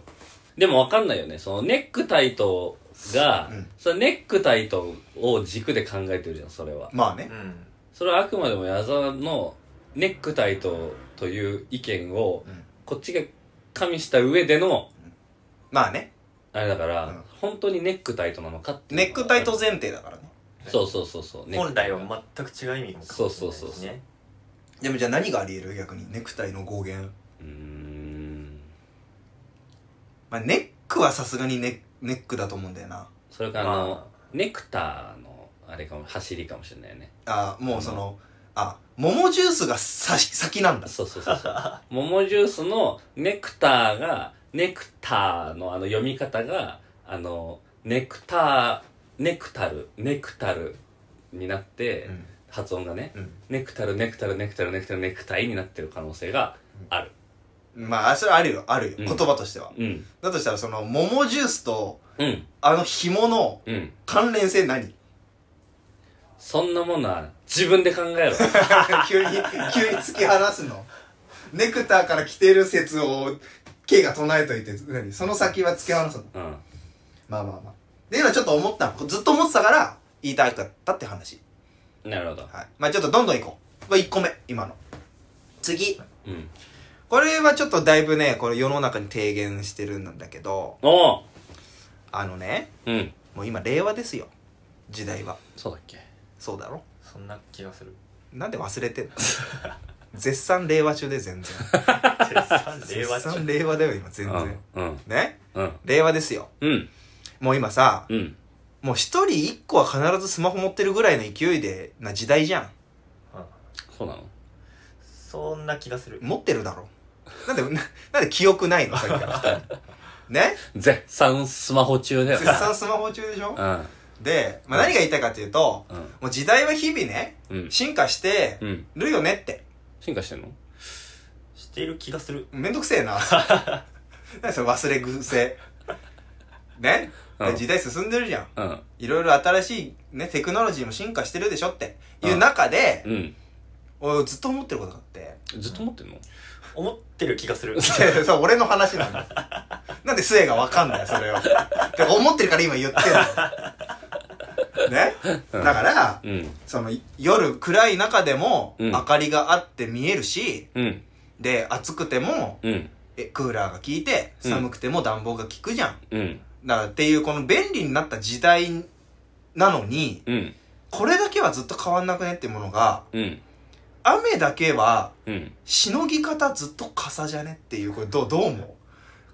Speaker 1: でも分かんないよねそのネックタイトが、
Speaker 2: うん
Speaker 1: そのネックタイトを軸で考えてるじゃんそれは
Speaker 2: うまあね
Speaker 3: う。ん
Speaker 1: それはあくまでも矢沢のネックタイトという意見を、
Speaker 2: うん
Speaker 1: こっちが加味した上での
Speaker 2: まあね。
Speaker 1: あれだから、
Speaker 2: うん
Speaker 1: 本当にネックタイトなのかっていうの
Speaker 2: ネ
Speaker 1: は
Speaker 2: ックタイト前提だからね。
Speaker 1: そうそうそうそうネック
Speaker 3: 本来は全く違う意味かもしれないしね
Speaker 1: そうそうそうそう
Speaker 2: でもじゃあ何があり得る逆に。ネクタイの語源。
Speaker 1: うーん
Speaker 2: まあネックはさすがにネネックだと思うんだよな。
Speaker 1: それかあ
Speaker 3: ま
Speaker 1: の、
Speaker 3: あ
Speaker 1: ネクターのあれかも走りかもしれないよね
Speaker 2: あもうその、あ、桃ジュースがさし先なんだ。
Speaker 1: そうそうそうそう桃ジュースのネクターがネクターのあの読み方があのネクターネクタルネクタルになって、
Speaker 2: うん
Speaker 1: 発音がね
Speaker 2: うん
Speaker 1: ネクタルネクタルネクタルネクタルネクタイになってる可能性がある
Speaker 2: まあ、それはあるよ、あるよ。
Speaker 1: うん
Speaker 2: 言葉としては。
Speaker 1: うん
Speaker 2: だとしたら、その、桃ジュースと、
Speaker 1: うん
Speaker 2: あの紐の
Speaker 1: うん
Speaker 2: 関連性何
Speaker 1: そんなものは自分で考えろ
Speaker 2: 急に、急に突き放すの。ネクターから来てる説を、K が唱えといて、何その先は突き放すの。
Speaker 1: うん
Speaker 2: まあまあまあ。っていうのはちょっと思った。ずっと思ってたから、言いたかったって話。
Speaker 1: なるほど
Speaker 2: はい。まあちょっとどんどん行こう。これ1個目、今の。次。
Speaker 1: うん
Speaker 2: これはちょっとだいぶね、これ世の中に提言してるんだけど、
Speaker 1: おお
Speaker 2: あのね、
Speaker 1: うん
Speaker 2: もう今令和ですよ。時代は。
Speaker 1: そうだっけ
Speaker 2: そうだろ
Speaker 3: そんな気がする
Speaker 2: なんで忘れ てんの絶賛令和中で全然。
Speaker 3: 絶賛令和
Speaker 2: 絶
Speaker 3: 中
Speaker 2: 賛令和だよ、今、全然。
Speaker 1: うん
Speaker 2: ね
Speaker 1: うん
Speaker 2: 令和ですよ。
Speaker 1: うん
Speaker 2: もう今さ、
Speaker 1: うん
Speaker 2: もう一人一個は必ずスマホ持ってるぐらいの勢いで、な時代じゃ
Speaker 3: うん
Speaker 1: そうなの
Speaker 3: そんな気がする
Speaker 2: ん。持ってるだろ。なんで、ななんで記 憶ないのさっきから二人。ね
Speaker 1: 絶賛スマホ中だよ
Speaker 2: 絶賛スマホ中でしょ
Speaker 1: うん
Speaker 2: で、まあ、何が言いたいかっていうと、
Speaker 1: うん
Speaker 2: もう時代は日々ね、
Speaker 1: うん。
Speaker 2: 進化して
Speaker 1: うん。
Speaker 2: るよねって。
Speaker 1: 進化してんの
Speaker 3: している気がする
Speaker 2: めんどくせえ な。何それ忘れ癖。ね、
Speaker 1: うん
Speaker 2: 時代進んでるじゃん。
Speaker 1: うん。
Speaker 2: いろいろ新しいね、テクノロジーも進化してるでしょっていう中で、
Speaker 1: うん。
Speaker 2: 俺ずっと思ってることがあって。
Speaker 1: ずっと持ってんの
Speaker 3: 思ってる気がする
Speaker 2: そう、俺の話なんだ。なんで末がわかんない、それを。てか思ってるから今言ってるの。ね
Speaker 1: うん
Speaker 2: だから、
Speaker 1: うん。
Speaker 2: その、夜暗い中でも、
Speaker 1: うん
Speaker 2: 明かりがあって見えるし、
Speaker 1: うん。
Speaker 2: で、暑くても、
Speaker 1: うん。
Speaker 2: えクーラーが効いて、
Speaker 1: うん
Speaker 2: 寒くても暖房が効くじゃん。
Speaker 1: うん。
Speaker 2: だからっていう、この便利になった時代なのに、
Speaker 1: うん。
Speaker 2: これだけはずっと変わんなくねってものが、
Speaker 1: うん。
Speaker 2: 雨だけは、
Speaker 1: うん。
Speaker 2: しのぎ方ずっと傘じゃねっていう、これどう、どう思う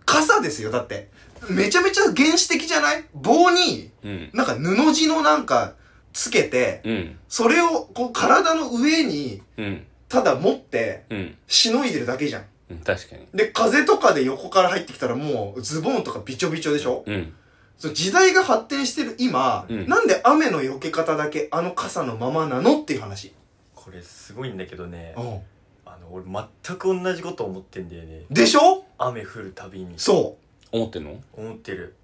Speaker 2: 傘ですよ、だって。めちゃめちゃ原始的じゃない棒に、
Speaker 1: うん。
Speaker 2: なんか布地のなんか、つけて、
Speaker 1: うん
Speaker 2: それをこう体の上に
Speaker 1: うん
Speaker 2: ただ持って、
Speaker 1: うん
Speaker 2: しのいでるだけじゃん。
Speaker 1: うん確かに
Speaker 2: で、風とかで横から入ってきたらもうズボンとかびちょびちょでしょ
Speaker 1: うん
Speaker 2: そう時代が発展してる今、
Speaker 1: うん
Speaker 2: なんで雨の避け方だけあの傘のままなのっていう話。
Speaker 3: これすごいんだけどね
Speaker 2: うん
Speaker 3: あの俺全く同じこと思ってんだよね
Speaker 2: でしょ
Speaker 3: 雨降るたびに
Speaker 2: そ
Speaker 1: 思ってんの
Speaker 3: 思ってる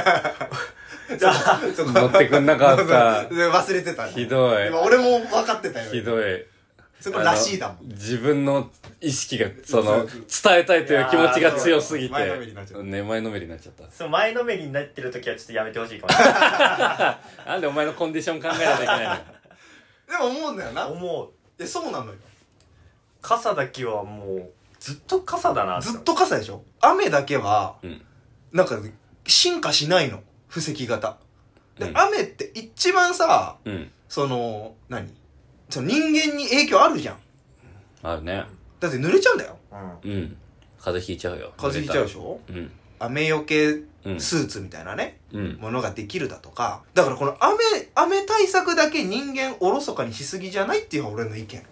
Speaker 2: う。そこ
Speaker 1: 持ってくんなかっ た
Speaker 2: 忘れてた。
Speaker 1: ひどい
Speaker 2: 今俺も分かってたよ。
Speaker 1: ひどい
Speaker 2: そこらしいだもん
Speaker 1: あ。の自分の意識がそ
Speaker 2: そ
Speaker 1: の
Speaker 2: う
Speaker 1: 伝えたいという気持ちが強すぎて
Speaker 2: 前のめりになっちゃった
Speaker 1: ね前のめりになっちゃった
Speaker 3: そう前のめりになってる時はちょっとやめてほしいかもしれない
Speaker 1: なんでお前のコンディション考えなきゃいけないの
Speaker 2: でも思うんだよ な。
Speaker 3: 思う
Speaker 2: え、そうなのよ。
Speaker 3: 傘だけはもうずっと傘だなて
Speaker 2: ずっと傘でしょ雨だけは、
Speaker 1: うん
Speaker 2: なんかね進化しないの。布石型。で、
Speaker 1: うん
Speaker 2: 雨って一番さ、
Speaker 1: うん
Speaker 2: その、何その人間に影響あるじゃん。
Speaker 1: あるね
Speaker 2: だって濡れちゃうんだよ。
Speaker 3: うん
Speaker 1: うん風邪ひいちゃうよ
Speaker 2: 風邪ひいちゃうでしょ
Speaker 1: うん
Speaker 2: 雨よけ
Speaker 1: うん
Speaker 2: スーツみたいなね、
Speaker 1: うん
Speaker 2: ものができるだとか。だからこの雨、雨対策だけ人間おろそかにしすぎじゃないっていうのが俺の意見。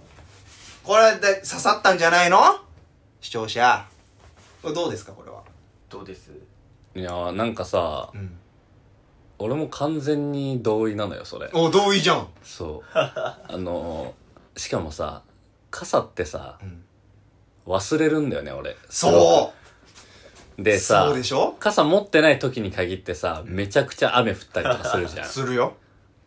Speaker 2: これで刺さったんじゃないの視聴者。これどうですかこれは。
Speaker 3: どうです
Speaker 1: いやーなんかさ
Speaker 2: うん。
Speaker 1: 俺も完全に同意なのよそれ
Speaker 2: お、同意じゃん。
Speaker 1: そう あのーしかもさ傘ってさ
Speaker 2: うん。
Speaker 1: 忘れるんだよね俺
Speaker 2: そう
Speaker 1: でさ
Speaker 2: そうでしょ
Speaker 1: 傘持ってない時に限ってさめちゃくちゃ雨降ったりとかするじゃん
Speaker 2: するよ。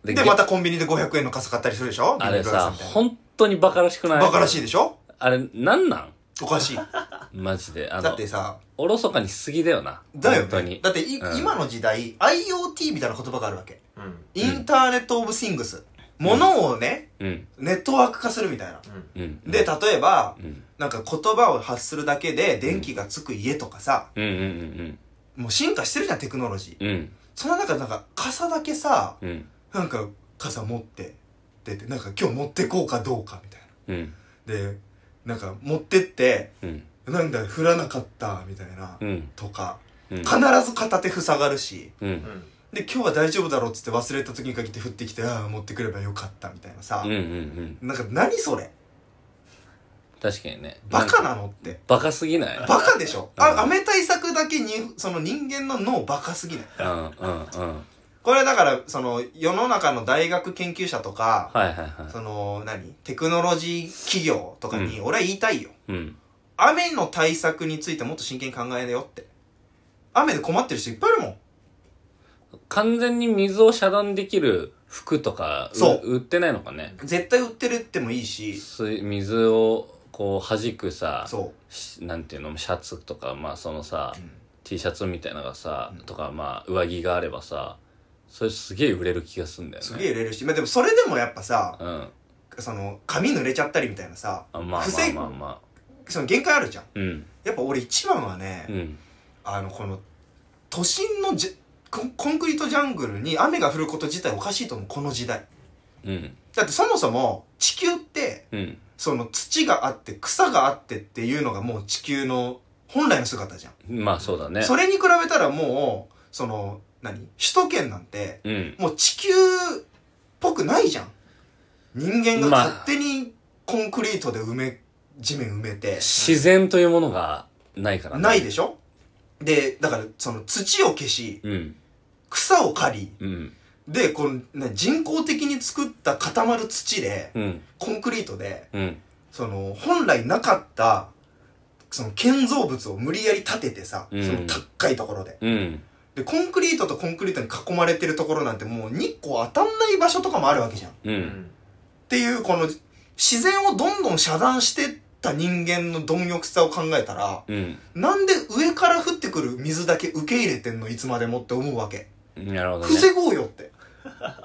Speaker 1: で
Speaker 2: で
Speaker 1: げ
Speaker 2: またコンビニで500円の傘買ったりするでしょ
Speaker 1: あれさ
Speaker 2: ほん
Speaker 1: 本当にバカらしくない
Speaker 2: バカらしいでしょ
Speaker 1: あれなんなん
Speaker 2: おかしい。だ
Speaker 1: マジであの
Speaker 2: ってさ、
Speaker 1: おろそかにしすぎだよな
Speaker 2: だよ
Speaker 1: 本当
Speaker 2: ね
Speaker 1: に。
Speaker 2: だってい、
Speaker 1: うん
Speaker 2: 今の時代、IoT みたいな言葉があるわけ。
Speaker 3: うん
Speaker 2: インターネット・オブ・シングス。ものをね、
Speaker 1: うん
Speaker 2: ネットワーク化するみたいな。
Speaker 3: うん
Speaker 1: うん
Speaker 2: で、例えば、
Speaker 1: うん
Speaker 2: なんか言葉を発するだけで電気がつく家とかさ、
Speaker 1: うんうん
Speaker 2: もう進化してるじゃん、テクノロジー。
Speaker 1: うんうん
Speaker 2: その中でなんか傘だけさ、
Speaker 1: うん
Speaker 2: なんか傘持って出て、なんか今日持ってこうかどうかみたいな。
Speaker 1: うん
Speaker 2: で、なんか持ってって、
Speaker 1: うん
Speaker 2: なんだ、降らなかった、みたいな、
Speaker 1: うん
Speaker 2: とか、
Speaker 1: うん
Speaker 2: 必ず片手塞がるし、
Speaker 1: うん
Speaker 3: うんうん
Speaker 2: で、今日は大丈夫だろうっつって忘れた時に限って降ってきて、ああ、持ってくればよかった、みたいなさ
Speaker 1: うんう、んうん
Speaker 2: なんか何それ
Speaker 1: 確かにね
Speaker 2: バカ
Speaker 1: んか
Speaker 2: なのって。
Speaker 1: バカすぎない
Speaker 2: バカでしょ
Speaker 1: うん
Speaker 2: あ、雨対策だけに、その人間の脳バカすぎない。
Speaker 1: うんうんうん
Speaker 2: これだから、その、世の中の大学研究者とか、
Speaker 1: はいはいは
Speaker 2: その、何テクノロジー企業とかに、俺は言いたいよ。
Speaker 1: いうん
Speaker 2: 雨の対策についてもっと真剣に考えようって。雨で困ってる人いっぱいいるもん。
Speaker 1: 完全に水を遮断できる服とかう
Speaker 2: そう
Speaker 1: 売ってないのかね
Speaker 2: 絶対売ってるってもいいし、
Speaker 1: 水水をこう弾くさ
Speaker 2: そ
Speaker 1: しなんていうのシャツとかまあそのさ
Speaker 2: う。うん
Speaker 1: T シャツみたいなのがさ
Speaker 2: うん
Speaker 1: とかまあ上着があればさそれすげえ売れる気がすんだよね
Speaker 2: すげえ売れるし、まあ、でもそれでもやっぱさ、
Speaker 1: うん
Speaker 2: その、髪濡れちゃったりみたいなさ、
Speaker 1: あまあまあ
Speaker 2: 防ぐ
Speaker 1: まあまあ
Speaker 2: その限界あるじゃん。
Speaker 1: うん
Speaker 2: やっぱ俺一番はね、
Speaker 1: うん
Speaker 2: あの、この、都心のじコンコンクリートジャングルに雨が降ること自体おかしいと思う、この時代。
Speaker 1: うん
Speaker 2: だってそもそも、地球って、
Speaker 1: うん
Speaker 2: その土があって草があってっていうのがもう地球の本来の姿じゃん。
Speaker 1: まあそうだね
Speaker 2: それに比べたらもう、その、何首都圏なんて、
Speaker 1: うん
Speaker 2: もう地球っぽくないじゃん。人間が
Speaker 1: まあ
Speaker 2: 勝手にコンクリートで埋め、地面埋めて、
Speaker 1: 自然というものがないからね
Speaker 2: ないでしょで、だからその土を消し、
Speaker 1: うん
Speaker 2: 草を刈り、
Speaker 1: うん
Speaker 2: で、この、ね、人工的に作った固まる土で、
Speaker 1: うん
Speaker 2: コンクリートで、
Speaker 1: うん
Speaker 2: その、本来なかった、その建造物を無理やり建ててさ、
Speaker 1: うん
Speaker 2: その高いところで。
Speaker 1: うん
Speaker 2: で、コンクリートとコンクリートに囲まれてるところなんてもう日光当たんない場所とかもあるわけじゃん。
Speaker 1: う
Speaker 3: うんん
Speaker 2: っていうこの自然をどんどん遮断してった人間の貪欲さを考えたら
Speaker 1: うん
Speaker 2: なんで上から降ってくる水だけ受け入れてんのいつまでもって思うわけ
Speaker 1: なるほどね
Speaker 2: 防ごうよって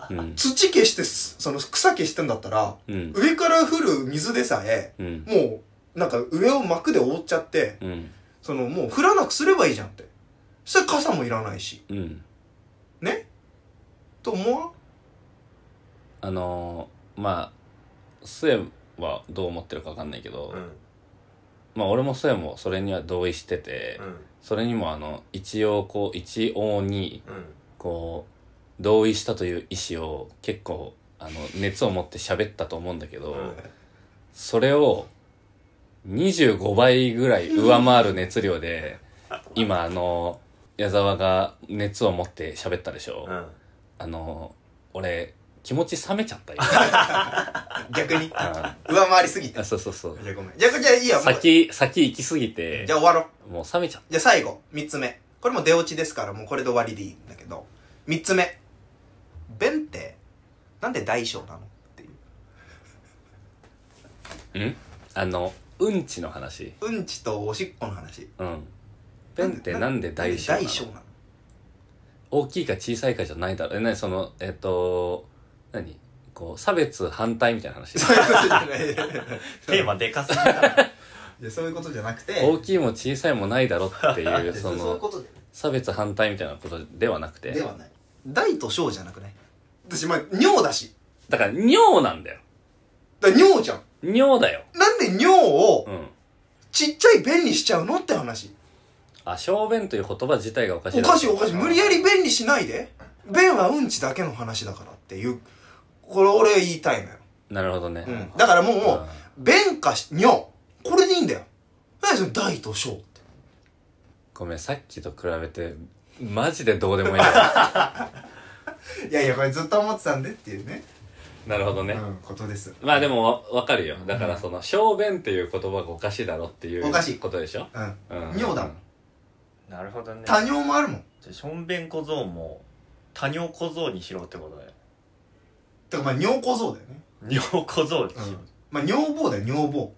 Speaker 1: うん
Speaker 2: 土消してすその草消してんだったら
Speaker 1: うん
Speaker 2: 上から降る水でさえ
Speaker 1: うん
Speaker 2: もうなんか上を膜で覆っちゃって
Speaker 1: うん
Speaker 2: そのもう降らなくすればいいじゃんってそしたら傘もいらないし
Speaker 1: うん
Speaker 2: ねと思わん
Speaker 1: あのーまあスエはどう思ってるかわかんないけど、
Speaker 3: うん
Speaker 1: まあ俺もスエもそれには同意してて、
Speaker 3: うん
Speaker 1: それにもあの一応こう一応に
Speaker 3: うん
Speaker 1: こう同意したという意思を結構あの熱を持って喋ったと思うんだけど、それを25倍ぐらい上回る熱量で今あの矢沢が熱を持って喋ったでしょ、
Speaker 3: うんうん
Speaker 1: あの俺気持ち冷めちゃった よ、
Speaker 2: 逆に
Speaker 1: あ
Speaker 2: 上回りすぎて
Speaker 1: あそうそうそう
Speaker 2: じゃあごめんじゃあじゃあいいよもうじ
Speaker 1: 先先行きすぎて
Speaker 2: ゃあ終わろう
Speaker 1: もう冷めちゃっ
Speaker 2: じゃあ最後3つ目これも出落ちですからもうこれで終わりでいいんだけど3つ目弁ってなんで大小なのっていう
Speaker 1: たんあのうんちの話
Speaker 2: うんちとおしっこの話
Speaker 1: うんペンってなんで大小なの
Speaker 2: 大小なの
Speaker 1: 大きいか小さいかじゃないだろえ何そのえっ、と何こう差別反対みたいな話
Speaker 2: そういうことじ ゃない
Speaker 3: テーマでかすぎ た
Speaker 2: い やそういうことじゃなくて
Speaker 1: 大きいも小さいもないだろってい
Speaker 2: いう
Speaker 1: そ
Speaker 2: そういう
Speaker 1: の
Speaker 2: こと
Speaker 1: 差別反対みたいなことではなくて
Speaker 2: ではない大と小じゃなくない私まあ尿だし
Speaker 1: だから尿なんだよ
Speaker 2: だから尿じゃん
Speaker 1: 尿だよ
Speaker 2: なんで尿を
Speaker 1: うん
Speaker 2: ちっちゃい便にしちゃうのって話
Speaker 1: あ小便という言葉自体がおかしい
Speaker 2: お
Speaker 1: だろ
Speaker 2: かしいおかしい無理やり便にしないで便はうんちだけの話だからっていうこれ俺言いたいのよ
Speaker 1: なるほどね、
Speaker 2: うんだからもう、
Speaker 1: うん
Speaker 2: 弁かし尿これでいいんだよ何それ大と小って
Speaker 1: ごめんさっきと比べてマジでどうでもいいんだよ
Speaker 2: いやいやこれずっと思ってたんでっていうね
Speaker 1: なるほどね、
Speaker 2: うん、ことです
Speaker 1: まあでもわわかるよだからその小便っていう言葉がおかしいだろっていう
Speaker 2: おかしい
Speaker 1: ことでしょ、
Speaker 2: うん
Speaker 1: うん、
Speaker 2: 尿だもん
Speaker 3: なるほどね
Speaker 2: 多尿もあるもん
Speaker 3: じゃあしょんべん小僧も多尿小僧にしろって ことだよ
Speaker 2: だからまあ尿小僧だよね
Speaker 3: 尿小僧にしろ、
Speaker 2: まあ尿棒だよ尿棒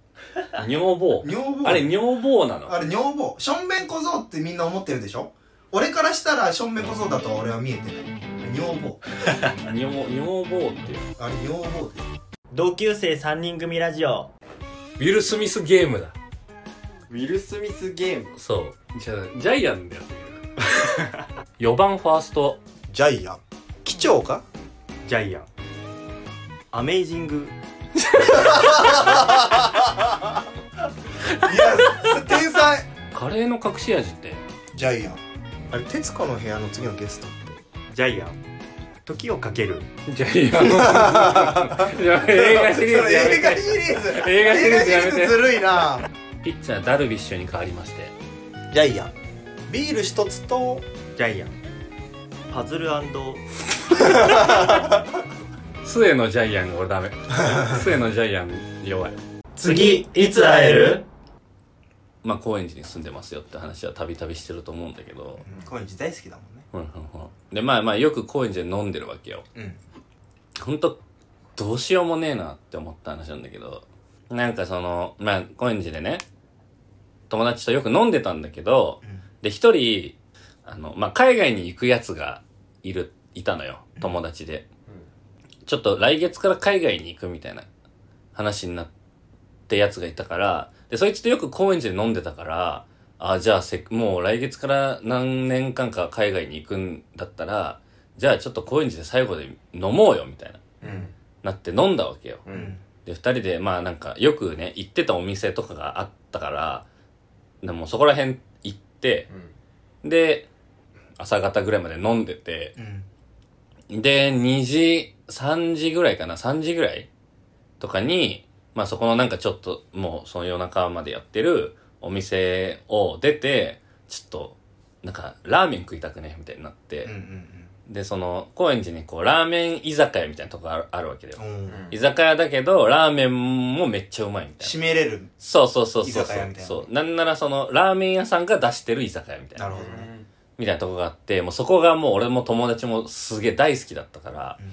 Speaker 1: 尿棒
Speaker 2: 尿棒
Speaker 1: あれ尿棒なの
Speaker 2: あれ尿棒しょんべん小僧ってみんな思ってるでしょ俺からしたらしょんべん小僧だとは俺は見えてない尿棒
Speaker 1: 尿尿棒っていう
Speaker 2: あれ尿棒で
Speaker 3: 同級生3人組ラジオ
Speaker 1: ウィル・スミスゲームだ
Speaker 4: ウィル・スミスゲーム
Speaker 1: そうじゃジャイアン だよ4番ファースト
Speaker 2: ジャイアン機長か
Speaker 3: ジャイアンアメイジング
Speaker 2: いや天才
Speaker 1: カレーの隠し味って
Speaker 2: ジャイアンあれ徹子の部屋の次のゲスト
Speaker 3: ジャイアン時をかける
Speaker 1: ジャイアンいや 映画シリーズやめ
Speaker 2: 映画
Speaker 1: て
Speaker 2: シリーズ
Speaker 1: 映画シリーズやめ
Speaker 2: 映画シリーズず
Speaker 1: て
Speaker 2: るいな
Speaker 1: ピッチャーダルビッシュに変わりまして
Speaker 2: ジャイアンビール一つと
Speaker 3: ジャイアンパズル
Speaker 1: 末のジャイアン俺 ダメ末のジャイアン弱い
Speaker 3: 次いつ会える
Speaker 1: まあ高円寺に住んでますよって話はたびたびしてると思うんだけど
Speaker 2: 高円寺大好きだもんね
Speaker 1: うんうんうんでまあまあよく高円寺で飲んでるわけよ
Speaker 2: うん
Speaker 1: ほんとどうしようもねえなって思った話なんだけどなんかそのまあ高円寺でね友達とよく飲んでたんだけどで一人あの、まあ海外に行くやつがいるいたのよ友達で、ちょっと来月から海外に行くみたいな話になってやつがいたからでそいつとよく高円寺で飲んでたからあじゃあせっもう来月から何年間か海外に行くんだったらじゃあちょっと高円寺で最後で飲もうよみたいな
Speaker 2: うん
Speaker 1: なって飲んだわけよ
Speaker 3: う
Speaker 2: うん
Speaker 1: で、二人で、まあなんか、よくね、行ってたお店とかがあったから、でもうそこら辺行って、で、朝方ぐらいまで飲んでて、
Speaker 2: うん
Speaker 1: で、2時、3時ぐらいかな、3時ぐらいとかに、まあそこのなんかちょっと、もうその夜中までやってるお店を出て、ちょっと、なんか、ラーメン食いたくね、みたいになって、
Speaker 2: うん
Speaker 1: で、その、高円寺にこう、ラーメン居酒屋みたいなとこがあるあるわけだよ
Speaker 2: う。んうん
Speaker 1: 居酒屋だけど、ラーメンもめっちゃうまいみたいな。
Speaker 2: 締めれる
Speaker 1: そうそうそうそう。
Speaker 2: 居酒屋みたいな
Speaker 1: そう。なんならその、ラーメン屋さんが出してる居酒屋みたい
Speaker 2: な
Speaker 1: な。
Speaker 2: るほどね
Speaker 1: みたいなとこがあって、もうそこがもう俺も友達もすげえ大好きだったから、
Speaker 2: うん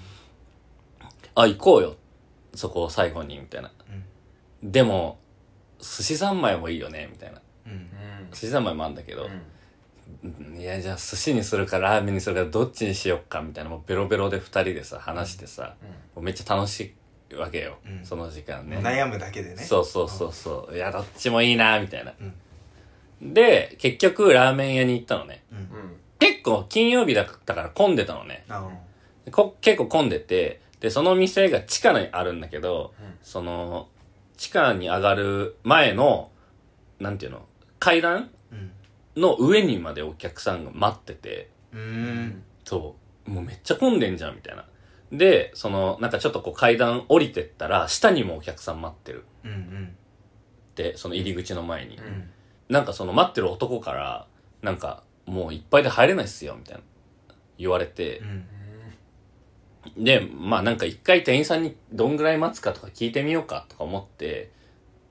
Speaker 1: あ、行こうよ。そこを最後に、みたいな。でも、寿司三昧もいいよね、みたいな。
Speaker 2: うん
Speaker 1: 寿司三昧もあんだけど、うんいや、じゃあ寿司にするかラーメンにするかどっちにしよっか、みたいな。もうベロベロで二人でさ、話してさ、もうめっちゃ楽しいわけよ。
Speaker 2: うん
Speaker 1: その時間ね。
Speaker 2: うん悩むだけでね
Speaker 1: そうそうそうそう、いやどっちもいいなみたいな、で結局ラーメン屋に行ったのね
Speaker 2: うん
Speaker 1: 結構金曜日だったから混んでたのね
Speaker 2: あの
Speaker 1: こ結構混んでてでその店が地下にあるんだけど、その地下に上がる前のなんていうの階段
Speaker 2: うん
Speaker 1: の上にまでお客さんが待ってて
Speaker 2: うーん
Speaker 1: そうもうめっちゃ混んでんじゃん、みたいな。で、その、なんかちょっとこう階段降りてったら、下にもお客さん待ってる
Speaker 2: うんうん
Speaker 1: って、その入り口の前に。
Speaker 2: うん
Speaker 1: なんかその待ってる男から、なんか、もういっぱいで入れないっすよ、みたいな。言われて
Speaker 2: う、ん
Speaker 1: で、まあなんか一回店員さんにどんぐらい待つかとか聞いてみようかとか思って、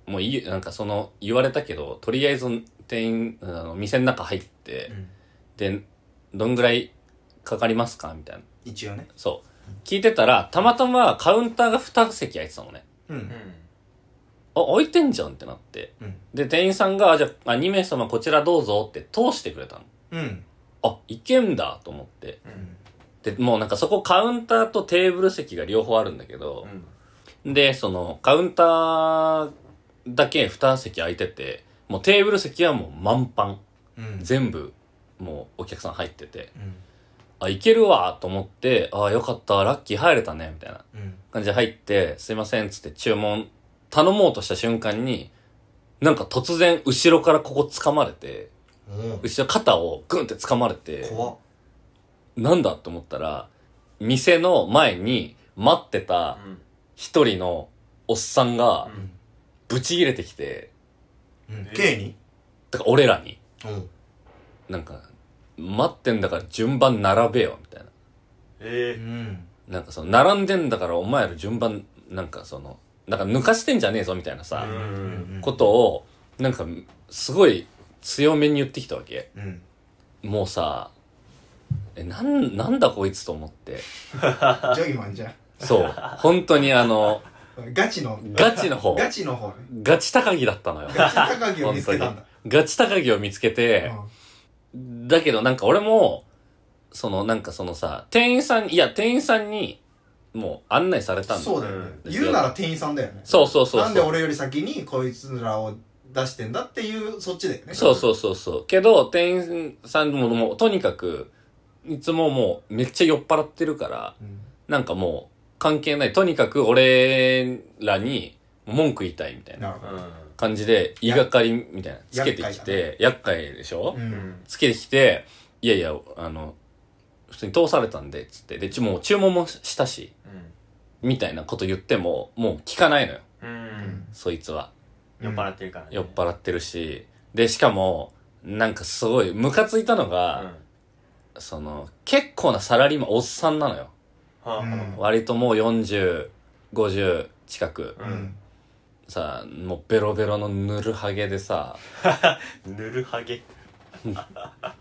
Speaker 1: もういい、なんかその言われたけど、とりあえず店員、あの、店の中入って、
Speaker 2: うん
Speaker 1: で、どんぐらいかかりますかみたいな。
Speaker 2: 一応ね
Speaker 1: そう。聞いてたら、たまたまカウンターが2席空いてたのね。
Speaker 2: う
Speaker 3: うん
Speaker 1: あ、空いてんじゃんってなって。
Speaker 2: うん
Speaker 1: で、店員さんが、あじゃあ、2名様こちらどうぞって通してくれたの。
Speaker 2: うん
Speaker 1: あ、いけんだと思って。
Speaker 3: うん
Speaker 1: で、もうなんかそこカウンターとテーブル席が両方あるんだけど、
Speaker 3: うん
Speaker 1: で、その、カウンターだけ2席空いてて、もうテーブル席はもう満帆。
Speaker 2: うん
Speaker 1: 全部、もうお客さん入ってて、
Speaker 2: うん
Speaker 1: あ、いけるわと思って、ああ、よかった、ラッキー入れたね、みたいな
Speaker 2: うん
Speaker 1: 感じで入って、すいません、つって注文、頼もうとした瞬間に、なんか突然、後ろからここ掴まれて、
Speaker 2: おー
Speaker 1: 後ろ肩をグンって掴まれて、
Speaker 2: 怖っ
Speaker 1: なんだと思ったら、店の前に待ってた一人のおっさんが
Speaker 3: う、ん
Speaker 1: ぶち切れてきて、
Speaker 2: うん
Speaker 3: え
Speaker 2: K に
Speaker 1: だから俺らに、
Speaker 2: うん
Speaker 1: なんか、待ってんだから順番並べよ、みたいな。
Speaker 2: う
Speaker 3: え
Speaker 2: ん
Speaker 1: なんかその、並んでんだからお前ら順番、なんかその、なんか抜かしてんじゃねえぞ、みたいなさ
Speaker 3: う、ん
Speaker 2: うん
Speaker 1: ことを、なんか、すごい強めに言ってきたわけ。
Speaker 2: うん
Speaker 1: もうさ、え、なん、なんだこいつと思って。
Speaker 2: ジョイマンじゃん
Speaker 1: そう。本当にあの、
Speaker 2: ガチの
Speaker 1: ガチの方。
Speaker 2: ガチの方ね
Speaker 1: ガチ高木だったのよ。
Speaker 2: ガチ 高木を見つけたんだ
Speaker 1: ガチ高木を見つけて、だけどなんか俺も、そのなんかそのさ、店員さん、いや店員さんに、もう案内された
Speaker 2: うんん
Speaker 1: だ。
Speaker 2: そう
Speaker 1: う
Speaker 2: だよね言うなら店員さんだよね
Speaker 1: そうそうそうそう。
Speaker 2: なんで俺より先にこいつらを出してんだっていうそっちだよね
Speaker 1: そうそうそうそう。けど、店員さんももうとにかく、いつももうめっちゃ酔っ払ってるから、
Speaker 2: うん
Speaker 1: なんかもう関係ない。とにかく俺らに文句言いたいみたいな
Speaker 2: なるほ
Speaker 3: う
Speaker 1: 感じで、言いがかりみたいな、つけてきて、厄介でしょ、
Speaker 2: どう
Speaker 3: うんん
Speaker 1: つけてきて、いやいや、あの、普通に通されたんで、つって。で、ちもう注文もしたし、みたいなこと言っても、もう聞かないのよ、
Speaker 3: うんうん
Speaker 1: そいつは。
Speaker 3: 酔っ払ってるからね
Speaker 1: 酔っ払ってるし。で、しかも、なんかすごい、ムカついたのが、その、結構なサラリーマン、おっさんなのよ。
Speaker 3: うんは
Speaker 1: 割ともう40、50近く
Speaker 3: あ。
Speaker 2: う
Speaker 3: うんん
Speaker 1: さ、もうベロベロのぬるはげでさ、
Speaker 3: ぬるはげ
Speaker 1: 本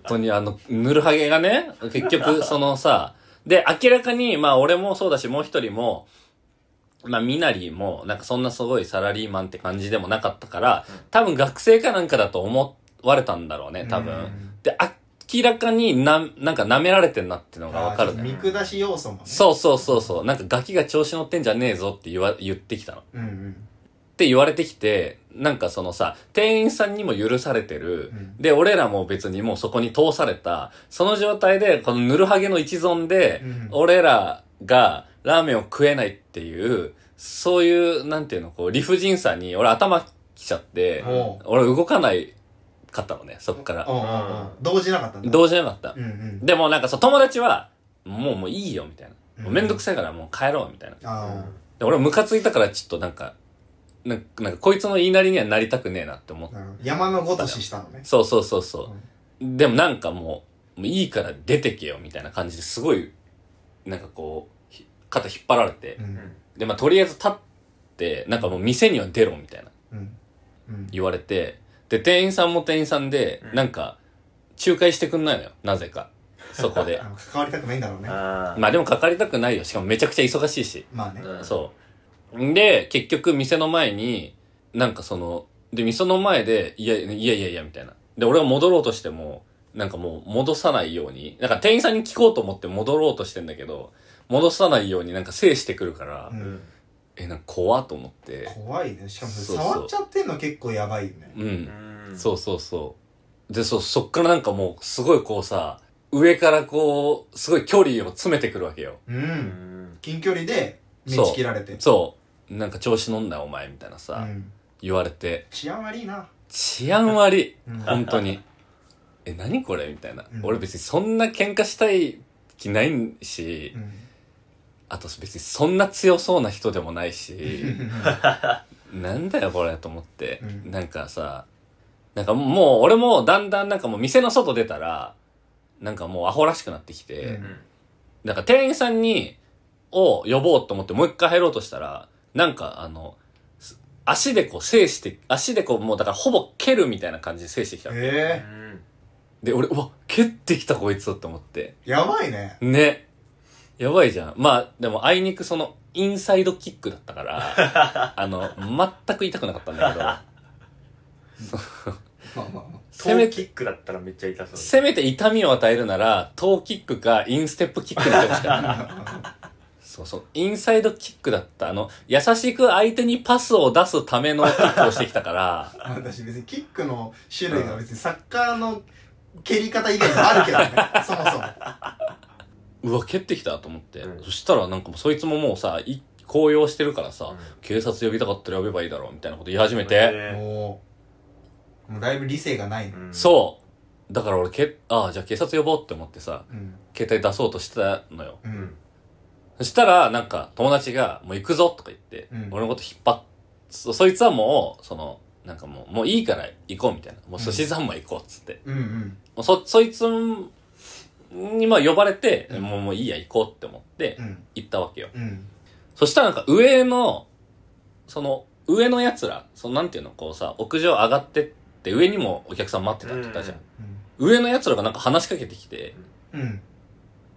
Speaker 1: 当にあの、ぬるはげがね、結局そのさ、で、明らかに、まあ俺もそうだし、もう一人も、まあみなりも、なんかそんなすごいサラリーマンって感じでもなかったから
Speaker 3: うん、
Speaker 1: 多分学生かなんかだと思われたんだろうね、多
Speaker 2: う
Speaker 1: 分。
Speaker 2: ん
Speaker 1: で、明らかにな、なんか舐められてんなってのが
Speaker 2: あ
Speaker 1: わ
Speaker 2: ー
Speaker 1: か
Speaker 2: ちょ
Speaker 1: る
Speaker 2: っと
Speaker 1: ね。
Speaker 2: 見下し要素もね
Speaker 1: そうそうそうそう、なんかガキが調子乗ってんじゃねえぞって言わ、言ってきたの。っ
Speaker 2: うんうん
Speaker 1: て言われてきて、なんかそのさ、店員さんにも許されてる、
Speaker 2: うん
Speaker 1: で、俺らも別にもうそこに通された、その状態で、このぬるはげの一存で、
Speaker 2: うん
Speaker 1: 俺らがラーメンを食えないっていう、そういう、なんていうの、こう、理不尽さに、俺頭きちゃって、
Speaker 2: おう
Speaker 1: 俺動かないかったのね、そっから。
Speaker 2: おうおうおう動じなかったんだ
Speaker 1: 動じなかった
Speaker 2: う。んうん
Speaker 1: でもなんかそう、友達は、もうもういいよ、みたいな。もうめんどく
Speaker 2: さ
Speaker 1: さいからもう帰ろう、みたいな。
Speaker 2: あ
Speaker 1: で俺ムカついたからちょっとなんか、なんか、なんかこいつの言いなりにはなりたくねえなって思っ
Speaker 2: あ
Speaker 1: て。
Speaker 2: なるほど山のごとししたのね
Speaker 1: そうそうそうそう。でもなんかもう、もういいから出てけよみたいな感じですごい、なんかこう、ひ肩引っ張られて
Speaker 2: う、
Speaker 3: うんん
Speaker 1: で、まあとりあえず立って、なんかもう店には出ろみたいな
Speaker 2: うんうん
Speaker 1: 言われて、で、店員さんも店員さんで、
Speaker 3: うん
Speaker 1: なんか、仲介してくんないのよ、なぜか。そこで
Speaker 2: あ。の関わりたくないんだろうね
Speaker 3: あ
Speaker 1: まあでもかかりたくないよ、しかもめちゃくちゃ忙しいし。
Speaker 2: まあね
Speaker 3: あ
Speaker 1: そう。で、結局店の前に、なんかその、で、店の前で、いや、いやいやいや、みたいな。で、俺が戻ろうとしても、なんかもう戻さないように、なんか店員さんに聞こうと思って戻ろうとしてんだけど、戻さないようになんか制してくるから、
Speaker 2: う
Speaker 3: うんん
Speaker 1: え、なんか怖っと思って。
Speaker 2: 怖いねしかもそれ
Speaker 1: そうそう
Speaker 2: 触っちゃってんの結構やばいよね
Speaker 1: う。
Speaker 3: うんん
Speaker 1: そうそうそう。で、そう、そっからなんかもう、すごいこうさ、上からこう、すごい距離を詰めてくるわけよ。
Speaker 2: う
Speaker 3: うんん
Speaker 2: 近距離で目
Speaker 1: そう
Speaker 2: つけられて
Speaker 1: そう。なんか調子乗んなよお前、みたいなさ、
Speaker 2: うん
Speaker 1: 言われて、
Speaker 2: 治安悪いな
Speaker 1: 治安悪い。
Speaker 2: うん
Speaker 1: 本当に。え、何これみたいな
Speaker 2: うん。
Speaker 1: 俺別にそんな喧嘩したい気ないし、
Speaker 2: うん
Speaker 1: あと別にそんな強そうな人でもないしなんだよこれと思って、
Speaker 2: うん
Speaker 1: なんかさなんかもう俺もだんだんなんかもう店の外出たらなんかもうアホらしくなってきて、
Speaker 2: うん
Speaker 1: なんか店員さんに、を呼ぼうと思ってもう一回入ろうとしたら、なんかあの、す足でこう制して、足でこうもうだからほぼ蹴るみたいな感じで制してきたの。
Speaker 3: う
Speaker 2: ええ
Speaker 3: ん
Speaker 1: で、俺、うわ、蹴ってきたこいつって思って。
Speaker 2: やばいね
Speaker 1: ね。やばいじゃん。まあ、でもあいにくその、インサイドキックだった から、あの、全く痛くなかったんだ
Speaker 2: まあまあまあ
Speaker 3: トーキックだったらめっちゃ痛
Speaker 1: けど、
Speaker 3: そう
Speaker 1: せめて痛みを与えるなら、トーキックかインステップキックにしてほしかった。 そうそう。インサイドキックだった。あの、優しく相手にパスを出すためのキックをしてきたから、
Speaker 2: 私別にキックの種類が別にサッカーの蹴り方以外にもあるけどね そもそも
Speaker 1: うわ、蹴ってきたと思って。
Speaker 3: うん
Speaker 1: そしたらなんかもうそいつももうさ、い高揚してるからさ、
Speaker 3: うん
Speaker 1: 警察呼びたかったら呼べばいいだろうみたいなこと言い始めて。
Speaker 3: え
Speaker 2: もうもうだいぶ理性がないね
Speaker 3: ーうん
Speaker 1: そう。だから俺け、ああ、じゃあ警察呼ぼうって思ってさ、
Speaker 2: うん
Speaker 1: 携帯出そうとしてたのよ。
Speaker 2: う
Speaker 3: うんん
Speaker 1: そしたら、なんか、友達が、もう行くぞとか言って、
Speaker 2: うん
Speaker 1: 俺のこと引っ張っ、そ、そいつはもう、その、なんかもう、もういいから行こうみたいな。もう寿司三昧行こうっつって。
Speaker 2: うんうん
Speaker 1: もうそ、そいつんにまあ呼ばれて、
Speaker 2: うん
Speaker 1: もうもういいや行こうって思って
Speaker 2: うん
Speaker 1: 行ったわけよ。
Speaker 2: うん
Speaker 1: そしたらなんか上の、その上の奴ら、そのなんていうの、こうさ、屋上上がってって上にもお客さん待ってたって言ったじゃん。上の奴らがなんか話しかけてきて、
Speaker 2: うん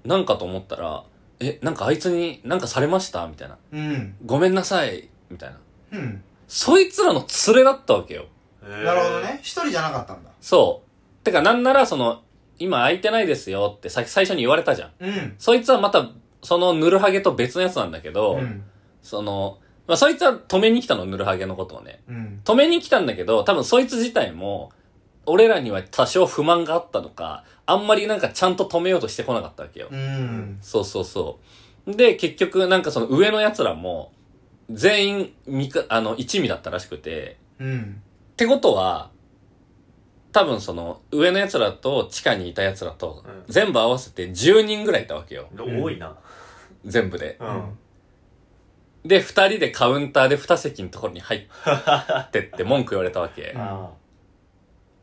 Speaker 1: なんかと思ったら、え、なんかあいつになんかされましたみたいな。
Speaker 2: うん
Speaker 1: ごめんなさい。みたいな。
Speaker 2: うん
Speaker 1: そいつらの連れだったわけよ。
Speaker 2: なるほどね一人じゃなかったんだ
Speaker 1: そう。てかなんならその、今空いてないですよってさ最初に言われたじゃん。
Speaker 2: うん
Speaker 1: そいつはまた、そのぬるはげと別のやつなんだけど、
Speaker 2: うん
Speaker 1: その、まあ、そいつは止めに来たの、ぬるはげのことをね。
Speaker 2: うん
Speaker 1: 止めに来たんだけど、多分そいつ自体も、俺らには多少不満があったのか、あんまりなんかちゃんと止めようとしてこなかったわけよ。
Speaker 2: うん
Speaker 1: そうそうそう。で、結局なんかその上の奴らも、全員、みか、あの、一味だったらしくて、
Speaker 2: うん
Speaker 1: ってことは、多分その、上の奴らと地下にいた奴らと
Speaker 3: うん、
Speaker 1: 全部合わせて10人ぐらいいたわけよ。
Speaker 3: うん多いな
Speaker 1: 全部で。
Speaker 3: う
Speaker 1: で、二人でカウンターで二席のところに入ってって文句言われたわけ
Speaker 2: うん。
Speaker 3: あ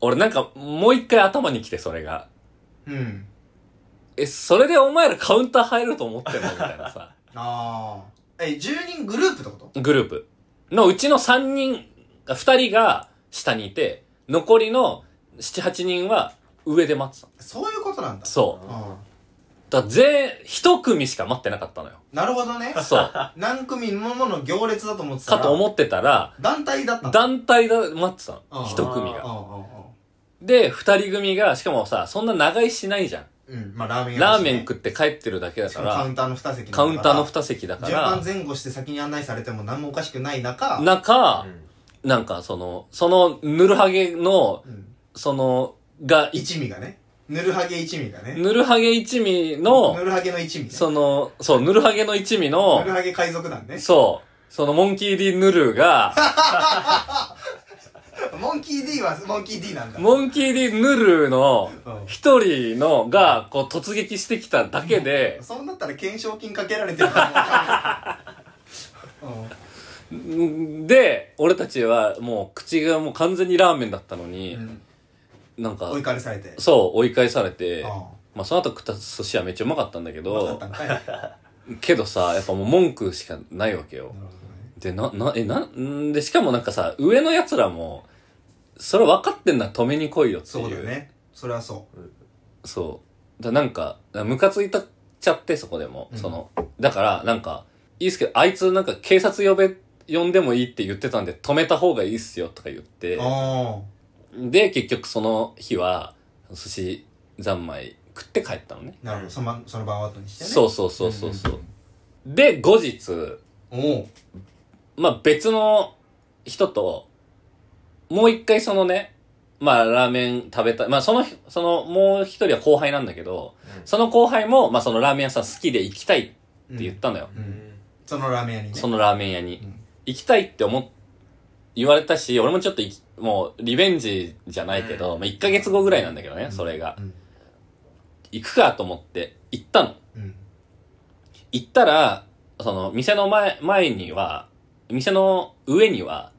Speaker 1: 俺なんかもう一回頭に来てそれが。
Speaker 2: うん
Speaker 1: え、それでお前らカウンター入ると思ってんのみたいなさ。
Speaker 2: ああえ10人グループってこと
Speaker 1: グループ。のうちの三人、あ二人が下にいて、残りの七八人は上で待ってたの。
Speaker 2: そういうことなんだ
Speaker 1: そうう。
Speaker 2: ん
Speaker 1: だから全、一組しか待ってなかったの よ。
Speaker 2: なる ほどね
Speaker 1: そう。
Speaker 2: 何組もの行列だと思ってた
Speaker 1: からと思ってたら、
Speaker 2: 団体だったんだ
Speaker 1: 団体が待ってた
Speaker 2: あ
Speaker 1: の。
Speaker 2: ー
Speaker 1: 一組
Speaker 2: う
Speaker 1: が。
Speaker 2: んう
Speaker 1: で、二人組が、しかもさ、そんな長居しないじゃん。
Speaker 2: んうんうんまあラーメン屋だ
Speaker 1: ラ
Speaker 2: し
Speaker 1: ー
Speaker 2: ね
Speaker 1: メン食って帰ってるだけだ
Speaker 2: し
Speaker 1: か
Speaker 2: かもカウ
Speaker 1: ら、
Speaker 2: ンターの2席
Speaker 1: カウンターの
Speaker 2: 2
Speaker 1: 2席だか
Speaker 2: 順番
Speaker 1: ら、
Speaker 2: 前後して先に案内されても何もおかしくない中
Speaker 3: あ
Speaker 1: 中
Speaker 3: う、ん
Speaker 1: なんかその、その、ぬるはげの、
Speaker 2: うん
Speaker 1: その、が、い
Speaker 2: 一味がねぬるはげ一味がね
Speaker 1: ぬるはげ一味
Speaker 2: ぬ
Speaker 1: の、
Speaker 2: るはげの一味ね
Speaker 1: その、そう、ぬるはげの一味の
Speaker 2: ぬる、はげ海賊団ね
Speaker 1: そう、そのモンキー・ディ・ヌルが、
Speaker 2: モンキー D はモンキー D なんだ
Speaker 1: モンキー・ディ・ヌルの、
Speaker 2: うん
Speaker 1: 一人のが、こう、突撃してきただけで、
Speaker 2: そうなったら懸賞金かけられてるからもう
Speaker 1: で、俺たちは、もう、口がもう完全にラーメンだったの
Speaker 2: う
Speaker 1: に、
Speaker 2: ん
Speaker 1: なんか
Speaker 2: 追い、返されて
Speaker 1: そう、追い返されて、
Speaker 2: う
Speaker 1: まあ、その後食った寿司はめっちゃうまかったんだけ
Speaker 2: んわかっ
Speaker 1: ど
Speaker 2: た、んかいなる
Speaker 1: けどさ、やっぱもう文句しかないわけよ
Speaker 2: ほ。どね
Speaker 1: で、な、な、え、な、んで、しかもなんかさ、上の奴らも、それ分かってんなら止めに来いよっていう。
Speaker 2: そうだ。ねそれはそ
Speaker 1: そう。だなんか、ムカついたっちゃって、そこでも。
Speaker 2: うん
Speaker 1: その、だから、なんか、いいっすけど、あいつなんか警察呼べ、呼んでもいいって言ってたんで、止めた方がいいっすよとか言って
Speaker 2: う、あ
Speaker 1: で、結局その日は、寿司三昧食って帰ったのね。
Speaker 2: あなるほどその晩その晩を後にしてね
Speaker 1: そうそうそうそうそう。で、後日、
Speaker 2: おう
Speaker 1: まあ、別の人と、もう一回そのね、まあ、ラーメン食べたい。まあ、その、その、もう一人は後輩なんだけど、その後輩も、まあ、そのラーメン屋さん好きで行きたいって
Speaker 2: うん
Speaker 1: 言ったのよ。
Speaker 2: う
Speaker 3: うんん
Speaker 2: そのラーメン屋にね
Speaker 1: そのラーメン屋に。
Speaker 2: うん
Speaker 1: 行きたいって思っ、言われたし、俺もちょっと行きもう、リベンジじゃないけど、
Speaker 3: うん
Speaker 1: まあ、1ヶ月後ぐらいなんだけどね、
Speaker 2: うん
Speaker 1: それが
Speaker 2: う。ん
Speaker 1: 行くかと思って、行ったの。行ったら、その、店の前、前には、店の上には、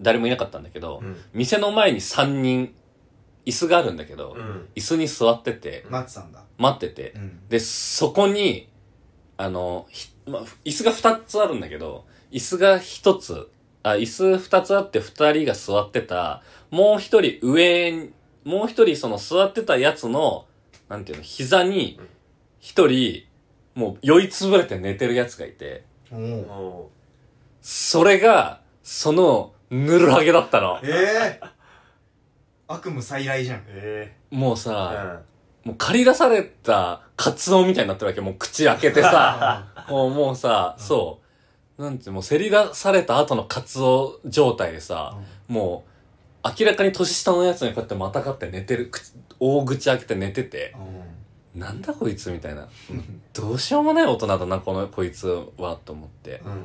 Speaker 1: 誰もいなかったんだけど、
Speaker 3: うん
Speaker 1: 店の前に3人、椅子があるんだけど、
Speaker 3: うん
Speaker 1: 椅子に座ってて、
Speaker 2: 待ってたんだ
Speaker 1: 待ってて、
Speaker 2: うん
Speaker 1: で、そこに、あの、ひまあ、ふ椅子が2つあるんだけど、椅子が1つ、あ、椅子2つあって2人が座ってた、もう1人上に、もう1人その座ってたやつの、なんていうの、膝に
Speaker 3: うん、
Speaker 1: 1人、もう酔いつぶれて寝てるやつがいて、
Speaker 2: お
Speaker 3: お
Speaker 2: ー
Speaker 3: お
Speaker 1: それが、その、ぬるはげだったの。
Speaker 2: ええ悪夢再来じゃん
Speaker 3: え
Speaker 1: もう
Speaker 3: え
Speaker 1: さ、もう借り出されたカツオみたいになってるわけ。もう口開けて さ、もうもうさ、
Speaker 2: うん
Speaker 1: そう。なんて、もう競り出された後のカツオ状態でさ、もう、明らかに年下のやつにこうやってまたがって寝てる、口大口開けて寝てて、なんだこいつみたい な。どうしようもない大人だな、この、こいつは、と思って。
Speaker 2: うん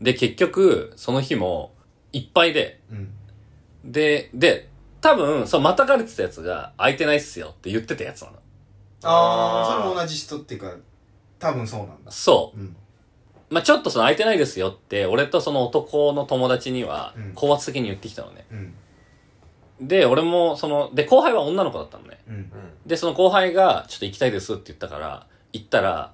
Speaker 1: で、結局、その日も、いっぱいで、
Speaker 2: うん
Speaker 1: で、で、多分、そう、またがれてたやつが、空いてないっすよって言ってたやつなの。
Speaker 2: ああそれも同じ人っていうか多分そうなんだ
Speaker 1: そう。
Speaker 2: うん
Speaker 1: まあ、ちょっとその空いてないですよって、俺とその男の友達には
Speaker 2: うん、
Speaker 1: 高圧的に言ってきたのね。
Speaker 2: うん
Speaker 1: で、俺も、その、で、後輩は女の子だったのね。
Speaker 2: うん
Speaker 3: うん
Speaker 1: で、その後輩が、ちょっと行きたいですって言ったから、行ったら、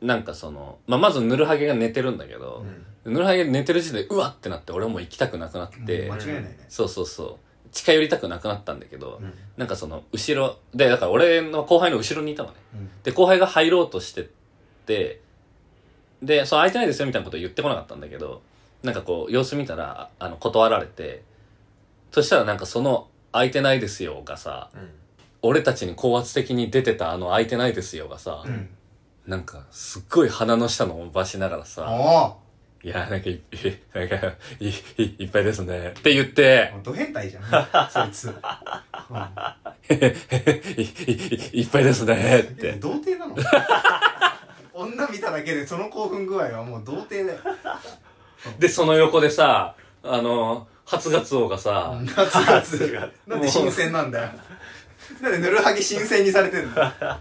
Speaker 1: なんかその、まあ、まずぬるはげが寝てるんだけど、ぬるはげ寝てる時点で、うわってなって、俺はもう行きたくなくなっ
Speaker 2: もう
Speaker 1: て
Speaker 2: 間、違いないね
Speaker 1: そうそうそう、近寄りたくなくなったんだけど、
Speaker 2: うん
Speaker 1: なんかその、後ろ、で、だから俺の後輩の後ろにいたのね。
Speaker 2: うん
Speaker 1: で、後輩が入ろうとしてって、で、そう、空いてないですよみたいなこと言ってこなかったんだけど、なんかこう、様子見たら、ああの、断られて、そしたらなんかその、空いてないですよがさ、
Speaker 3: うん
Speaker 1: 俺たちに高圧的に出てたあの、空いてないですよがさ、
Speaker 2: うん
Speaker 1: なんか、すっごい鼻の下のばしながらさ、
Speaker 2: あ
Speaker 1: いや、なんかい、い なんかい、い、いっぱいですね、って言って、
Speaker 2: あド変態じ ゃんそいつうん
Speaker 1: いいいいっぱいですね、っ
Speaker 2: え
Speaker 1: て。
Speaker 2: 童貞な の女見ただけでその興奮具合はもう童貞だよ
Speaker 1: で、その横でさ、あの、初月王がさ、
Speaker 2: ガツガツ なんで新鮮なんだよなんでぬるはぎ新鮮にされてんだ
Speaker 1: あ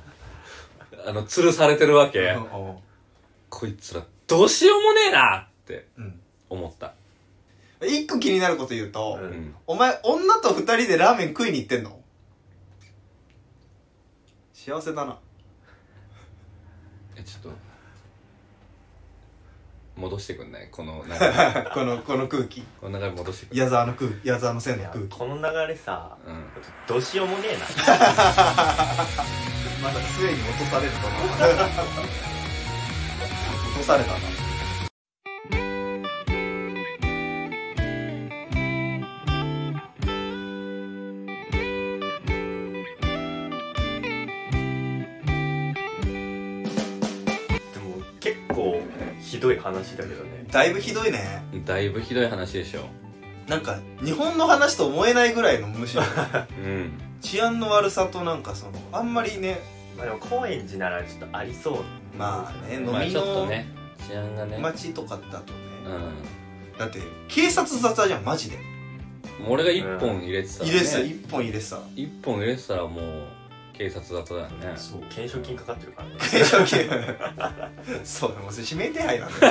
Speaker 1: の、吊るされてるわけ。
Speaker 2: よ
Speaker 1: こいつら、どうしようもねえなって
Speaker 2: うん
Speaker 1: 思った。
Speaker 2: 一個気になること言うと、
Speaker 3: う
Speaker 1: うんん。
Speaker 2: お前女と二人でラーメン食いに行ってんの幸せだな
Speaker 1: え、ちょっと、戻してくんないこの流 れ。
Speaker 2: このこの空気
Speaker 1: この流れ戻してくんない
Speaker 2: 矢沢の空気矢沢の線
Speaker 3: い
Speaker 2: の
Speaker 3: や
Speaker 2: 空 気
Speaker 3: この流れさ
Speaker 1: うん。
Speaker 3: どうしようもねえな
Speaker 2: まだ杖に落とされるかな落とされたな
Speaker 3: でも結構ひどい話だけどね
Speaker 2: だいぶひどいね
Speaker 1: だいぶひどい話でしょ。
Speaker 2: なんか日本の話と思えないぐらいのむしろ
Speaker 1: うん。
Speaker 2: 治安の悪さとなんかそのあんまりね
Speaker 3: まあでも高円寺ならちょっとありそう
Speaker 2: まあね飲みの、
Speaker 1: まあちょっとね、治安がね。
Speaker 2: 街とかだと
Speaker 1: う
Speaker 2: ね、
Speaker 1: ん。
Speaker 2: だって警察沙汰じゃんマジで
Speaker 1: 俺が一本入れてたら、
Speaker 2: 入
Speaker 1: ね。
Speaker 2: れてた一本入れてた
Speaker 1: 一本入れてたらもう、警察だっただよね。
Speaker 2: そう
Speaker 3: 懸賞金かかってるからね
Speaker 2: 懸賞金そうもうそれ指名手 配なんだよそう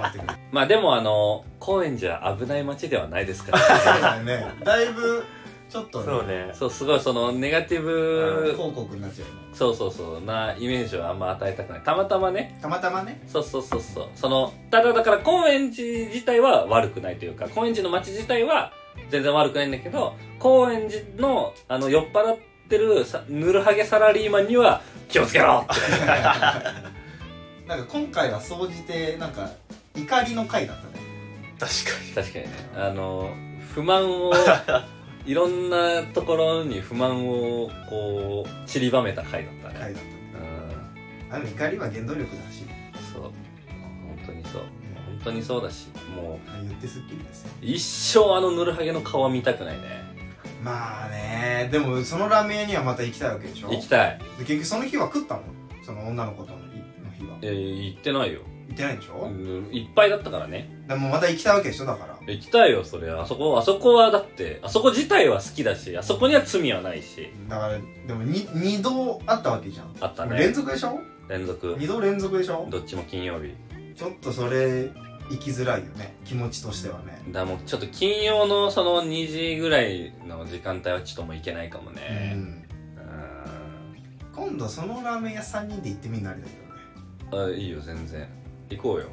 Speaker 2: なってくる
Speaker 1: まあでもあの、高円寺は危ない街ではないです から。
Speaker 2: そうだよねだいぶちょっとね
Speaker 3: そうね
Speaker 1: そう、すごいその、ネガティブ、
Speaker 2: 広告になっちゃうよね
Speaker 1: そうそうそう、なイメージはあんま与えたくない。たまたまね、
Speaker 2: たまたまね
Speaker 1: そうそうそうそうそのただだから高円寺自体は悪くないというか高円寺の街自体は全然悪くないんだけど高円寺のあの酔っ払ってるさぬるはげサラリーマンには気をつけろって
Speaker 2: なんか今回は総じてなんか怒りの回だったね
Speaker 3: 確かに
Speaker 1: 確かにねあの不満 をいろんなところに不満をこう散りばめた回だったね、
Speaker 2: 回だったね
Speaker 1: うん
Speaker 2: あの怒りは原動力だし
Speaker 1: そう本当にそう本当にそうだしもう
Speaker 2: あ言ってすっきりですよ
Speaker 1: 一生あのぬるはげの顔は見たくないね
Speaker 2: まあねでもそのラーメン屋にはまた行きたいわけでしょ
Speaker 1: 行きたい
Speaker 2: で結局その日は食ったのその女の子との日の日は
Speaker 1: えー行ってないよ
Speaker 2: 行ってないんでしょ、
Speaker 1: うんいっぱいだったからね
Speaker 2: でもまた行きたいわけでしょだから
Speaker 1: 行きたいよそれあそこあそこはだってあそこ自体は好きだしあそこには罪はないし
Speaker 2: だからでもに二度あったわけじゃん
Speaker 1: あったね
Speaker 2: 連続でしょ
Speaker 1: 連続
Speaker 2: 2度連続でしょ
Speaker 1: どっちも金曜日
Speaker 2: ちょっとそれ行きづらいよね気持ちとしてはね、
Speaker 1: だからもうちょっと金曜のその2時ぐらいの時間帯はちょっともう行けないかも
Speaker 2: う
Speaker 1: ね
Speaker 2: ん
Speaker 1: うん
Speaker 2: 今度そのラーメン屋3人で行ってみるのありだけどね
Speaker 1: あいいよ全然行こうよ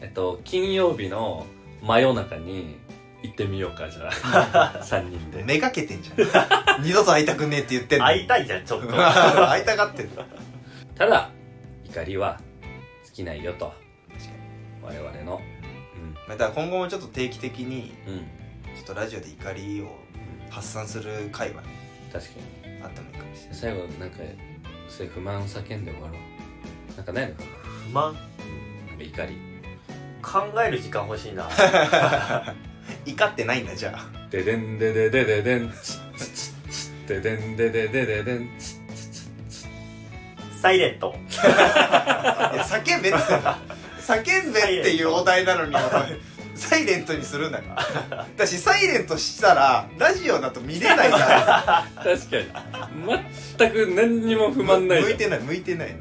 Speaker 1: えっと金曜日の真夜中に行ってみようかじゃあ3人で
Speaker 2: めがけてんじゃん 二度と会いたくねえって言ってんの
Speaker 3: 会いたいじゃんちょっと
Speaker 2: 会いたがってんだ
Speaker 1: ただ怒りは尽きないよと我々の
Speaker 2: まあだから今後もちょっと定期的に
Speaker 1: うんうん
Speaker 2: ちょっとラジオで怒りを発散する会話ね
Speaker 1: 確かに
Speaker 2: あってもいいかもしれない
Speaker 1: 最後なんかそれ不満を叫んで終わろうなんかないのか
Speaker 3: 不満
Speaker 1: ななんか怒り
Speaker 3: 考える時間欲しいな
Speaker 2: 怒ってないんだじゃあ
Speaker 1: ででんでででででんつっつっつっつででんでででででんつっつっつ
Speaker 3: サイレント
Speaker 2: いや叫べっつってんだ叫んでっていうお題なのにお前サイレントにするんだから私サイレントしたらラジオだと見れないから
Speaker 1: 確かに全く何にも不満ない
Speaker 2: 向
Speaker 1: じゃ
Speaker 2: い
Speaker 1: ん
Speaker 2: てない向いてないの